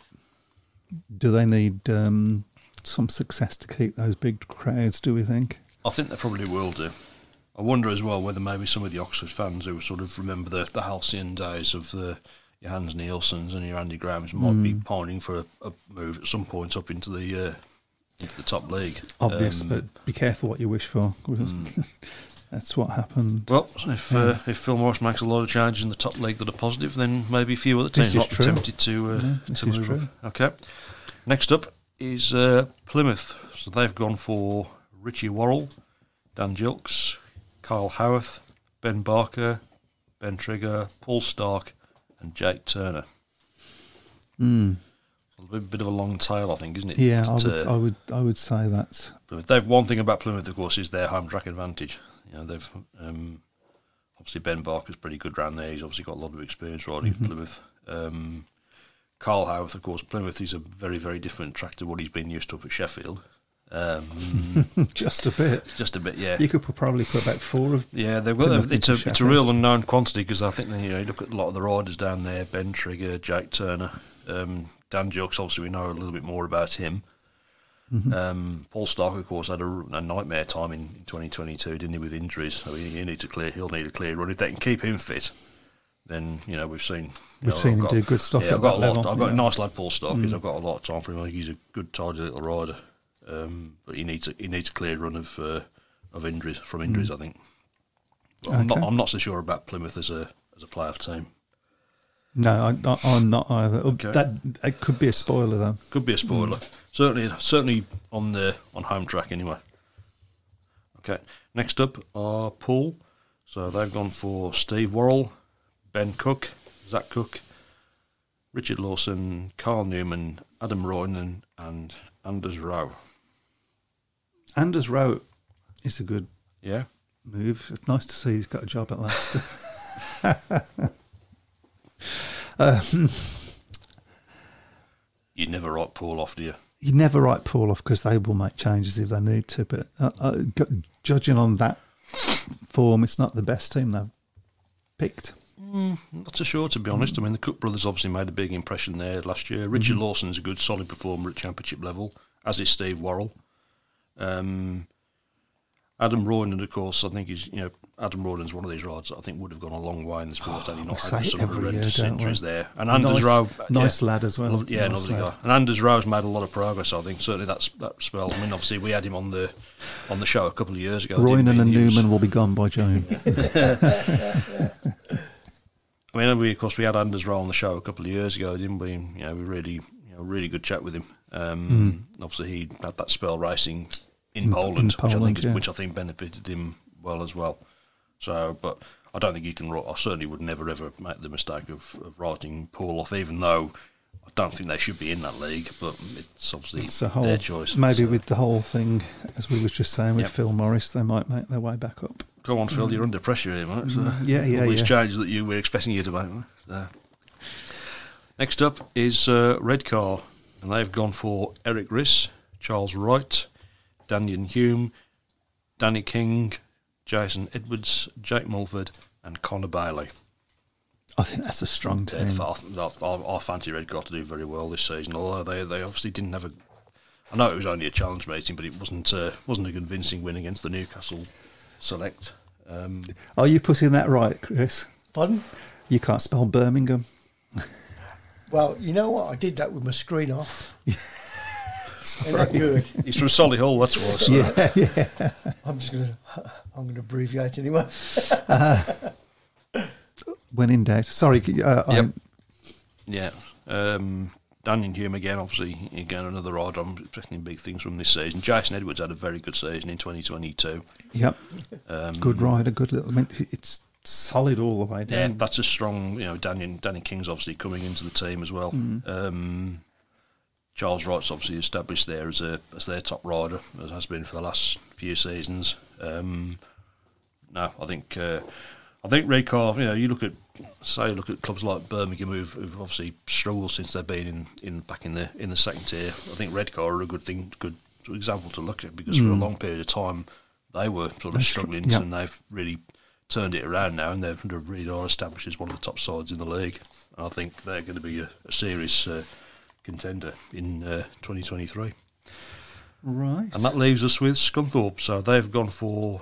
Do they need um, some success to keep those big crowds, do we think? I think they probably will do. I wonder as well whether maybe some of the Oxford fans who sort of remember the, the halcyon days of the your Hans Nielsen's and your Andy Grahams might be pining for a, a move at some point up into the uh, into the top league. Obvious, Um, but be careful what you wish for. because That's what happened. Well, if uh, if Phil Morris makes a lot of changes in the top league that are positive, then maybe a few other This is teams might be true. tempted to uh, Yeah, this to is move true. up. Okay. Next up is uh, Plymouth. So they've gone for Richie Worrell, Dan Jilks, Kyle Howarth, Ben Barker, Ben Trigger, Paul Stark, and Jake Turner. A bit bit of a long tail, I think, isn't it? Hmm. Yeah, I But, would, uh, I would, I would say that. Plymouth. They've one thing about Plymouth, of course, is their home track advantage. You know, they've um, obviously Ben Barker's pretty good round there. He's obviously got a lot of experience riding Plymouth. Um, Carl Howarth, of course, Plymouth is a very, very different track to what he's been used to up at Sheffield. Um, Just a bit. just a bit, yeah. You could put- probably put about four of Yeah, they've got. Plymouth they've- It's a into it's a Sheffield. real unknown quantity because I think you know you look at a lot of the riders down there: Ben Trigger, Jack Turner, um, Dan Jokes. Obviously, we know a little bit more about him. Mm-hmm. Um, Paul Stark, of course, had a, r- a nightmare time in, in 2022, didn't he, with injuries? So he, he needs a clear. He'll need a clear run if they can keep him fit. Then you know we've seen you We've know, seen I've him do good stuff Yeah, at I've got that a lot. level, I've got yeah. Mm. a nice lad, Paul Stark. 'cause I've got a lot of time for him. I think he's a good, tidy little rider, um, but he needs a, he needs a clear run of Mm. uh, of injuries from injuries. I think. Well, I'm, not, Okay. I'm not so sure about Plymouth as a as a playoff team. No, I, I, I'm not either. Oh, That it could be a spoiler though. Could be a spoiler. Certainly, certainly on the on home track anyway. Okay. Next up are Paul. So they've gone for Steve Worrell, Ben Cook, Zach Cook, Richard Lawson, Carl Newman, Adam Roynan, and Anders Rowe. Anders Rowe is a good Yeah. move. It's nice to see he's got a job at last. um, You never write Paul off, do you? you never write Paul off because they will make changes if they need to. But uh, uh, gu- judging on that form, it's not the best team they've picked. Not so sure, to be honest. I mean, the Cook brothers obviously made a big impression there last year. Richard Mm-hmm. Lawson's a good, solid performer at championship level, as is Steve Worrell. Um, Adam Roynan, of course, I think he's you know Adam Roynan's one of these rides that I think would have gone a long way in the sport had he not say had it some every year, horrendous don't we? injuries there. And Anders nice, Rowe, nice yeah, lad as well. Lovely- yeah, Nice lovely lad. guy. And Anders Rowe's made a lot of progress. I think certainly that's that spell. I mean, obviously we had him on the on the show a couple of years ago. didn't Roynan we, and he was- Newman will be gone by June. I mean, we of course we had Anders Rowe on the show a couple of years ago, didn't we? You know, we really, you know, really good chat with him. Um, Obviously, he had that spell racing in, Poland, which I Hmm. Poland, think is, yeah. which I think benefited him well as well. So, but I don't think you can. write- I certainly would never ever make the mistake of, of writing Paul off, even though I don't think they should be in that league. But it's obviously It's a whole their choice. Maybe So, with the whole thing, as we were just saying with Yep. Phil Morris, they might make their way back up. go on, Phil, you're under pressure here, mate. So Mm. yeah, yeah, all these yeah. changes that you were expecting you to make. mate. So. Next up is uh, Redcar, and they've gone for Eric Riss, Charles Wright, Daniel Hume, Danny King, Jason Edwards, Jake Mulford, and Connor Bailey. I think that's a strong Yeah, team. I, I, I, I fancy Redcar to do very well this season, although they, they obviously didn't have a. I know it was only a challenge meeting, but it wasn't uh, wasn't a convincing win against the Newcastle select. Um, Are you putting that right, Chris? Pardon? You can't spell Birmingham. Well, you know what? I did that with my screen off. Ain't that good? He's from Solihull, that's why. So. Yeah, yeah. I'm just gonna, I'm gonna abbreviate anyway. When in doubt. Sorry. Uh, I'm- Yeah. Um, Daniel Hume again, obviously, again, another odd. I'm expecting big things from this season. Jason Edwards had a very good season in 2022. Yep. good rider, good little. I mean, it's solid all the way Yeah, down. Um, that's a strong, you know, Daniel, Danny King's obviously coming into the team as well. Um, Charles Wright's obviously established there as a as their top rider, as has been for the last few seasons. Um, no, I think uh, I think Redcar. You know, you look at say you look at clubs like Birmingham who've, who've obviously struggled since they've been in, in back in the in the second tier. I think Redcar are a good thing, good example to look at because for a long period of time they were sort of struggling yeah. and they've really turned it around now and they've they've really are established as one of the top sides in the league. And I think they're going to be a, a serious uh, contender in uh, 2023. right. And that leaves us with Scunthorpe. So they've gone for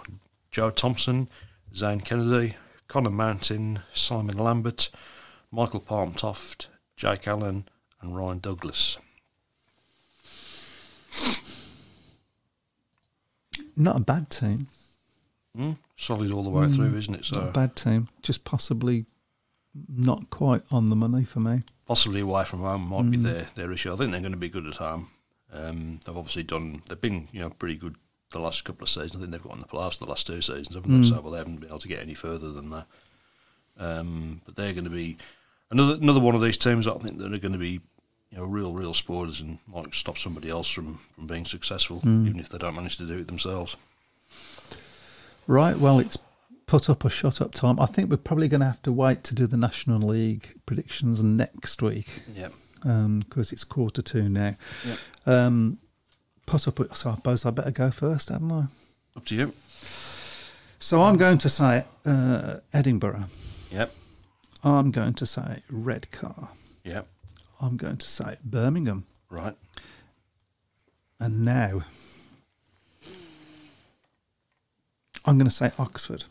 Joe Thompson, Zane Kennedy, Connor Mountain, Simon Lambert, Michael Palmtoft, Jake Allen, and Ryan Douglas. Not a bad team. Mm, solid all the way through, isn't it? Hmm. Not a So bad team. Just possibly not quite on the money for me. possibly away from home might be Mm. their, their issue. I think they're going to be good at home. Um, they've obviously done. They've been you know pretty good the last couple of seasons. I think they've got in the playoffs the last two seasons, haven't Mm. they? So well, they haven't been able to get any further than that. Um, but they're going to be another another one of these teams. that I think that are going to be you know real real spoilers and might stop somebody else from from being successful, Mm. even if they don't manage to do it themselves. Right. Well, it's put up or shut up time. I think we're probably going to have to wait to do the National League predictions next week. Yeah. because it's quarter to now. Um, put up, so I suppose I better go first, haven't I? Up to you. So I'm going to say uh, Edinburgh. Yep. I'm going to say Redcar. Yep. I'm going to say Birmingham. Right. And now I'm going to say Oxford.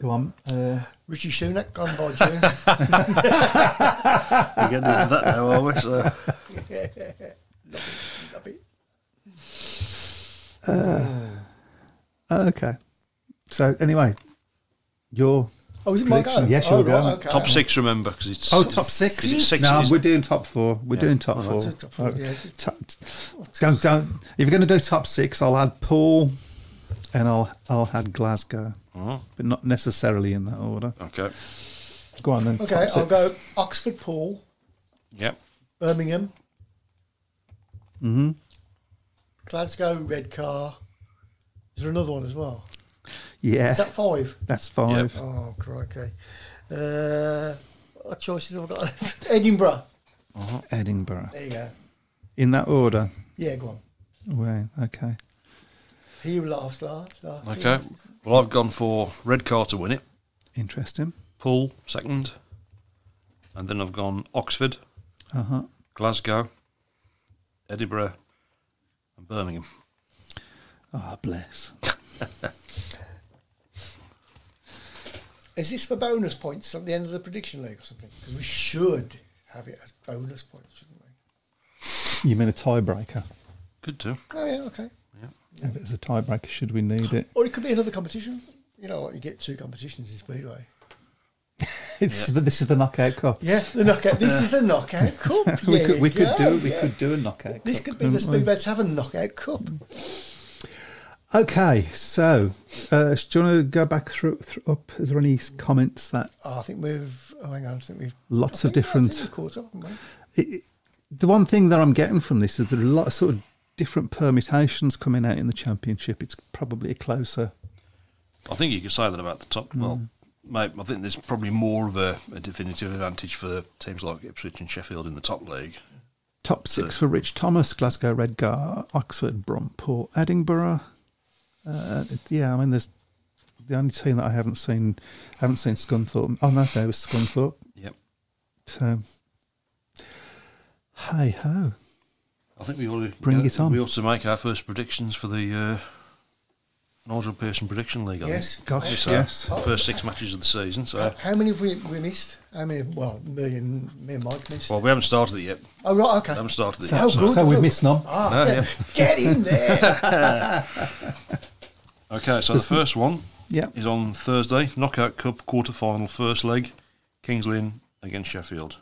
Go on. Uh, Richie Sunak gone by June. We're getting into that now, are we? So. Love it. Oh, okay. So anyway, your Oh, is it my go? Prediction. Yes, oh, your go. right, okay. Top six, remember, because it's oh top six. Is it six? no, Is- we're doing top four. We're Yeah. doing top All four. right. Oh, Top four, yeah. Top- don't, don't. If you're going to do top six, I'll add Paul, and I'll I'll add Glasgow, Oh, but not necessarily in that order. okay. Go on then. Okay, top I'll go six. Oxford, Paul, Yep. Birmingham, Mm-hmm. Glasgow, Redcar. Is there another one as well? Yeah, Is that five? that's five. Oh, crikey. Uh, what choices have I got left? Edinburgh. Edinburgh There you go. in that order. Yeah, go on. Wow. Okay. He laughs last. last. Okay. Well, I've gone for Redcar to win it. Interesting. Poole second, and then I've gone Oxford, Uh huh. Glasgow, Edinburgh, and Birmingham. Ah, bless. Is this for bonus points at the end of the prediction league or something? Because we should have it as bonus points, shouldn't we? You mean a tiebreaker? Good too. Oh, yeah, okay. If it's a tiebreaker, should we need it? Or it could be another competition. You know what? You get two competitions in Speedway. It's the, this is the knockout cup. Yeah, the knockout. This is the knockout cup. we Yeah, could we you could do go, we yeah. could do a knockout. This cup, could be the couldn't we? Speedway Tavern knockout cup. Okay, so uh, do you want to go back through, through up? Is there any s- comments that Oh, I think we've. Oh, hang on. I think we've. lots I of think- I think different? we've caught up, haven't we? it, it- the one thing that I'm getting from this is there are a lot of sort of different permutations coming out in the championship. It's probably a closer. I think you could say that about the top. Well, Mm. mate, I think there's probably more of a, a definitive advantage for teams like Ipswich and Sheffield in the top league. Top six for Rich Thomas, Glasgow Redgar, Oxford Bromport, Edinburgh. Uh, yeah, I mean, there's the only team that I haven't seen. Haven't seen Scunthorpe. Oh no, there was Scunthorpe. Um, Yep. So, hey ho. I think we ought to Bring yeah, it on. We ought to make our first predictions for the uh, Nigel Pearson prediction league. I Yes. think. Gosh, So, yes. the First six matches of the season. So, How many have we, we missed? How many? Well, me and me and Mike missed. well, we haven't started it yet. oh right, okay. I haven't started it So yet. how good- So we missed none. Ah, No, yeah. yeah. Get in there. Okay, so the first one Yeah. is on Thursday, Knockout Cup quarter final, first leg, Kings Lynn against Sheffield.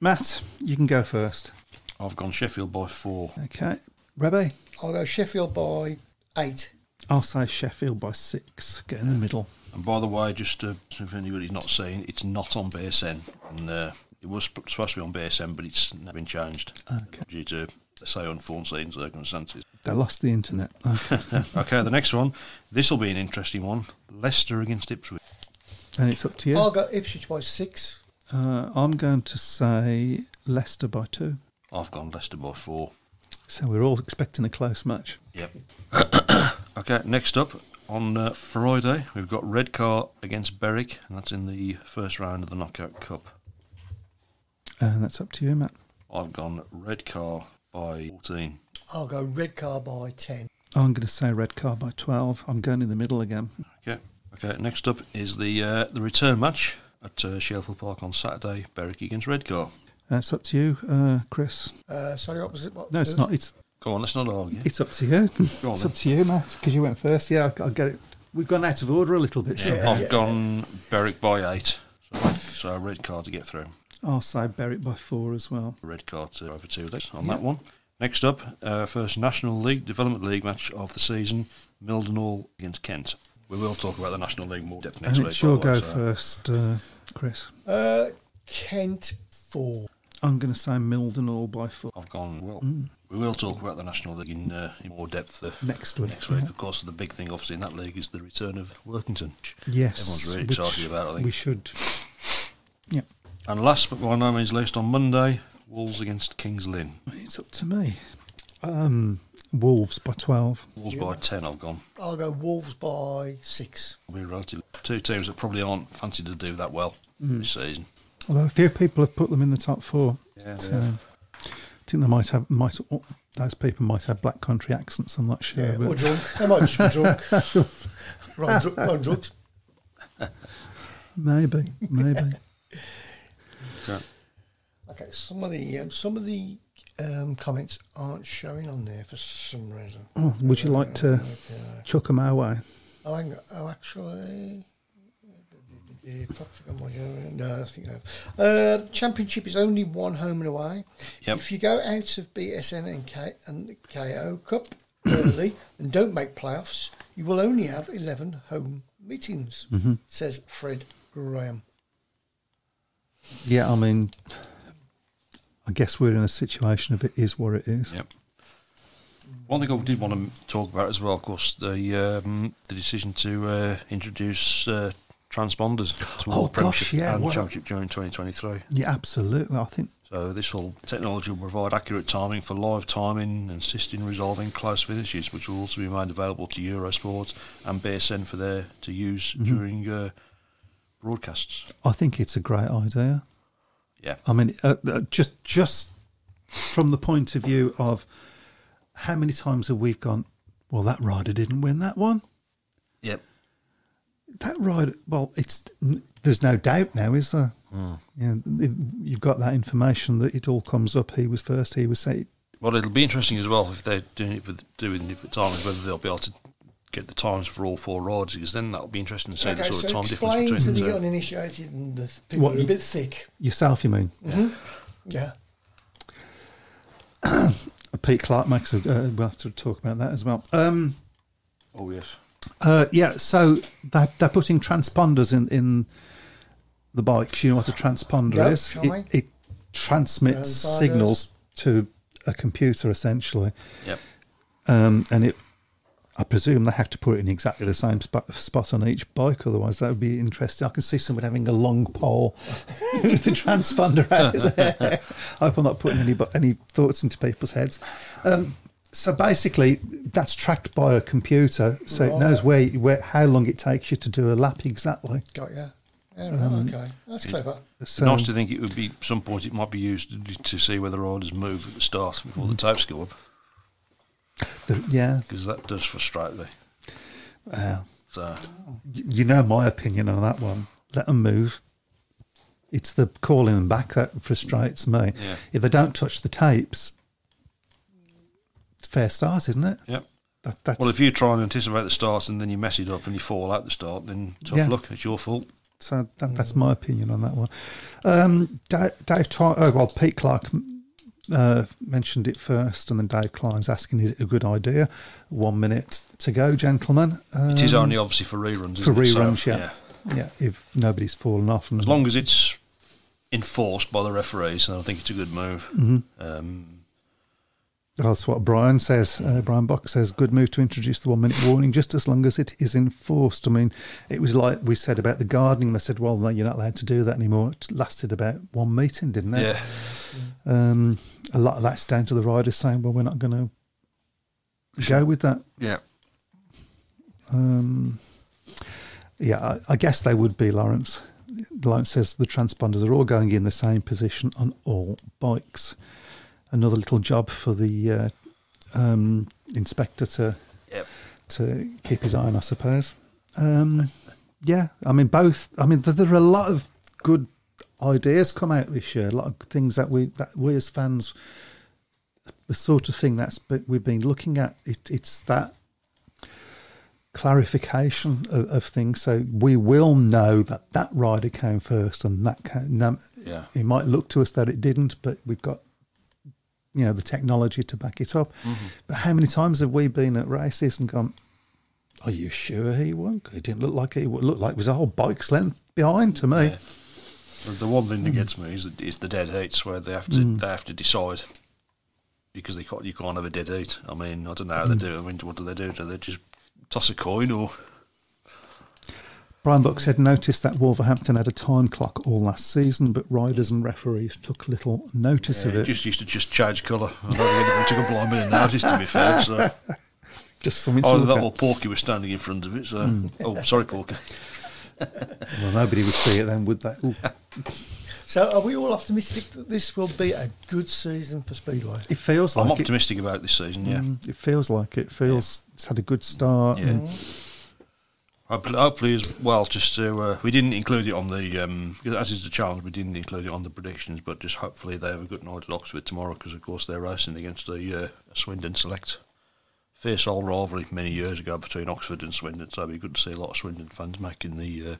Matt, you can go first. I've gone Sheffield by four. Okay. Rebbe, I'll go Sheffield by eight. I'll say Sheffield by six. Get in the middle. And by the way, just uh, if anybody's not saying, it's not on BSN. And uh, it was sp- supposed to be on BSN, but it's now been changed Okay. due to, let's say, unforeseen circumstances. They lost the internet. Okay. okay, the next one. This will be an interesting one. Leicester against Ipswich. and it's up to you. Oh. I'll go Ipswich by six. Uh, I'm going to say Leicester by two. I've gone Leicester by four. So we're all expecting a close match. Yep. okay, next up on uh, Friday, we've got Redcar against Berwick, and that's in the first round of the Knockout Cup. And Uh, that's up to you, Matt. I've gone Redcar by 14. I'll go red car by ten. I'm going to say red car by 12. I'm going in the middle again. Okay. Okay, next up is the uh, the return match at uh, Sheffield Park on Saturday, Berwick against Redcar. That's up to you, uh, Chris. Uh, sorry, what was it? What, No, it's not. It's Go on, let's not argue. it's up to you. Go on it's then. up to you, Matt, because you went first. Yeah, I- I'll get it. We've gone out of order a little bit. so Yeah, I've gone Berwick by 8. So, so Redcar to get through. I'll say Berwick by four as well. red card to over two days on that one. Next up, uh, first National League Development League match of the season, Mildenhall against Kent. We will talk about the National League more depth next and week. it's your go by the way, so- first, uh, Chris. Uh, Kent four. I'm going to say Mildenhall by four I've gone well. We will talk about the National League in, uh, in more depth uh, next week. next week. Of course, the big thing, obviously, in that league is the return of Workington. Yes, everyone's really which excited about. I think. we should. Yeah, and last but by no means least, on Monday, Wolves against Kings Lynn. it's up to me. Um, Wolves by twelve. Wolves by ten. I've gone. I'll go Wolves by six. We're relatively two teams that probably aren't fancied to do that well this season. Although a few people have put them in the top four. Yeah, so yeah. I think they might have might oh, those people might have black country accents. I'm not sure. Yeah, but- or drunk. They might just be drunk. Wrong, dr- wrong drugs. maybe, maybe. Okay. Okay, some of the um, some of the um, comments aren't showing on there for some reason. Oh, would you like to Okay. chuck them our way? Uh, Oh, hang on. oh actually. Yeah, perhaps I've got my- No, I think I have. Uh, championship is only one home and away. Yep. If you go out of BSN and, K- and the KO Cup early and don't make playoffs, you will only have 11 home meetings, Mm-hmm. says Fred Graham. Yeah, I mean, I guess we're in a situation of it is what it is. Yep. One thing I did want to talk about as well, of course, the um, the decision to uh, introduce uh, transponders to Oh, all gosh, Premiership yeah, and what a- Championship during 2023. Yeah, absolutely. I think So this will technology will provide accurate timing for live timing and assist in resolving close finishes, which will also be made available to Eurosport and BSN for their to use Mm-hmm. during uh, broadcasts. I think it's a great idea. Yeah, I mean, uh, uh, just just from the point of view of how many times have we gone? Well, that rider didn't win that one. yep. That rider. Well, it's n- there's no doubt now, is there? Yeah, th- you've got that information that it all comes up. He was first. He was second. Well, it'll be interesting as well if they're doing it with doing different timings, whether they'll be able to get the times for all four riders, because then that'll be interesting to see the Okay, sort so of time explain difference to between the them. uninitiated and the th- people What who are a you- bit thick. Yourself, you mean? Yeah. Pete Clark makes. A, uh, we'll have to talk about that as well. Um, Oh yes, Uh, yeah, so they're, they're putting transponders in, in the bikes. You know what a transponder Yep, is? shall It, it transmits Transponders. signals to a computer essentially, yep, um, and it. I presume they have to put it in exactly the same spot, spot on each bike, otherwise that would be interesting. I can see someone having a long pole with the transponder out there. I hope I'm not putting any bu- any thoughts into people's heads. Um, so basically, that's tracked by a computer, so it knows where, where how long it takes you to do a lap exactly. Got you. Yeah, right, Um, okay. That's clever. So nice to think it would be some point it might be used to, to see whether riders move at the start before the tapes go up, the- yeah, because that does frustrate me. well, So y- you know my opinion on that one. Let them move. It's the calling them back that frustrates me. Yeah. If they don't touch the tapes, it's fair start, isn't it? yep. That, that's Well, if you try and anticipate the start and then you mess it up and you fall out the start, then tough Yeah. luck. It's your fault. So that, that's my opinion on that one. Um, Dave, Dave Ty- oh, well, Pete Clark uh, mentioned it first, and then Dave Klein's asking, "Is it a good idea?" One minute to go, gentlemen. Um, It is only obviously for reruns. for isn't it? So, reruns, yeah. yeah, If nobody's fallen off, and As long as it's enforced by the referees, then I think it's a good move. Um, that's what Brian says. Uh, Brian Bock says, "Good move to introduce the one-minute warning, just as long as it is enforced." I mean, it was like we said about the gardening. They said, "Well, no, you're not allowed to do that anymore." It lasted about one meeting, didn't it? yeah, Um, a lot of that's down to the riders saying, "Well, we're not going to go with that." yeah. Um, yeah, I, I guess they would be. Lawrence, Lawrence says the transponders are all going in the same position on all bikes. Another little job for the uh, um, inspector to Yep. to keep his eye on, I suppose. Um, yeah, I mean both. I mean there, there are a lot of good ideas come out this year. A lot of things that we that we as fans, the sort of thing that's be- we've been looking at. It, it's that clarification of, of things. So we will know that that rider came first, and that came, now, Yeah. it might look to us that it didn't, but we've got you know the technology to back it up. Mm-hmm. But how many times have we been at races and gone? Are you sure he won? 'Cause It didn't look like he it looked like it was a whole bike's length behind to me. Yeah. The- The one thing that gets me is, is the dead heats where they have to they have to decide because they can't, you can't have a dead heat. I mean, I don't know how they do. I mean, what do they do? Do they just toss a coin or Brian Buck said, notice that Wolverhampton had a time clock all last season, but riders and referees took little notice of Yeah, it. Just, just used to just change colour? I don't think anyone took a blind minute notice to be fair. So something. either to that look or at. Porky was standing in front of it. So oh, sorry, Porky. Well, nobody would see it then, would they? Ooh. So, are we all optimistic that this will be a good season for Speedway? It feels I'm like it. optimistic about this season. Yeah. Mm, It feels like it. Feels it's had a good start. Yeah. and- Hopefully, hopefully as well, just to uh, we didn't include it on the um, 'cause as is the challenge, we didn't include it on the predictions, but just hopefully they have a good night at Oxford tomorrow because of course they're racing against the uh, Swindon Select. Fierce old rivalry many years ago between Oxford and Swindon, so it'd be good to see a lot of Swindon fans making the uh,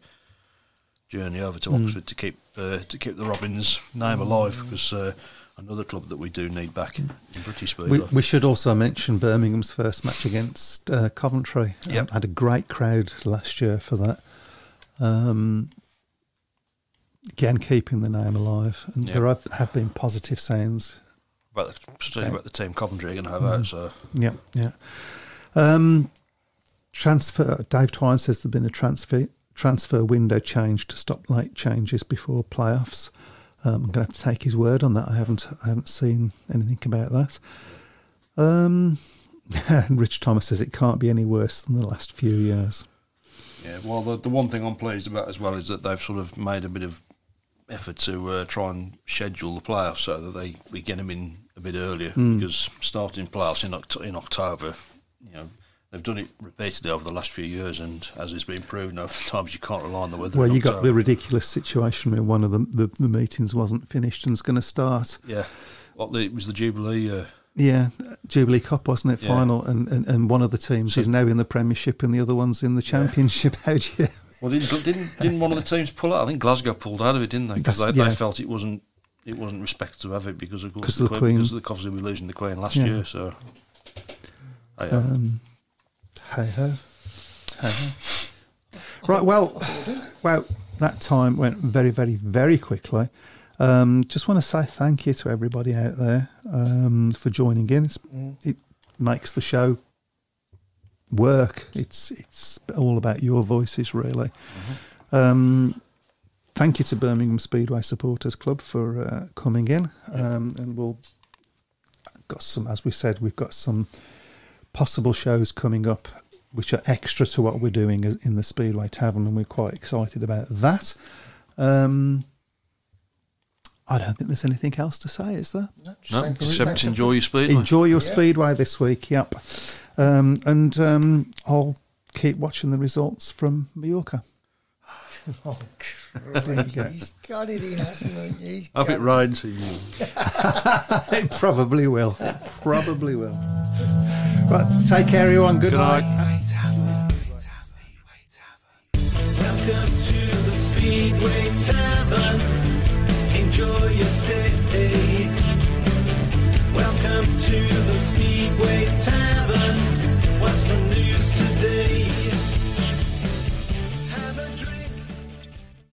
journey over to Oxford to keep uh, to keep the Robins name alive because uh, another club that we do need back in British Speed. We, I we should also mention Birmingham's first match against uh, Coventry. Um, Yep. had a great crowd last year for that. Um, again, keeping the name alive. And Yep. There have, have been positive sounds. about the, sorry about the team Coventry are going to have out. So Yeah, yeah. Um, transfer. Dave Twine says there's been a transfer transfer window change to stop late changes before playoffs. Um, I'm going to have to take his word on that. I haven't I haven't seen anything about that. Um, and Rich Thomas says it can't be any worse than the last few years. yeah, well, the, the one thing I'm pleased about as well is that they've sort of made a bit of effort to uh, try and schedule the playoffs so that they we get them in a bit earlier Hmm. because starting playoffs in Oct- in October, you know. They've done it repeatedly over the last few years, and as it's been proven over the times, you can't rely on the weather. Well, in you got October. the ridiculous situation where one of the the, the meetings wasn't finished and's going to start. yeah. What the, it was the Jubilee. Uh, Yeah, Jubilee Cup wasn't it Yeah. final, and, and, and one of the teams is now in the Premiership and the other one's in the Championship. How do you? Well, didn't didn't didn't one of the teams pull out? I think Glasgow pulled out of it, didn't they? Because they, That's- yeah. they felt it wasn't it wasn't respected to have it because of course 'Cause of the Queen. because of the obviously we were losing the Queen last Yeah. year. So, I, uh, Um, hey ho, hey ho. Right, well, well, that time went very, very, very quickly. Um, just want to say thank you to everybody out there um, for joining in. It's, Mm. It makes the show work. It's it's all about your voices, really. Um, thank you to Birmingham Speedway Supporters Club for uh, coming in, um, and we'll got some. As we said, we've got some possible shows coming up which are extra to what we're doing as- in the Speedway Tavern, and we're quite excited about that. Um, I don't think there's anything else to say, is there? No, just no, thank you. except Thanks. enjoy your speed. Enjoy your Yeah. Speedway this week, yep. Um, and um, I'll keep watching the results from Mallorca. Oh, There you go. He's got it, he hasn't he? He's Hope got it rains. to you. it probably will. It probably will. Right, take care, everyone. Good, night. Welcome to the Speedway Tavern. Enjoy your stay. Welcome to the Speedway Tavern. What's the news today?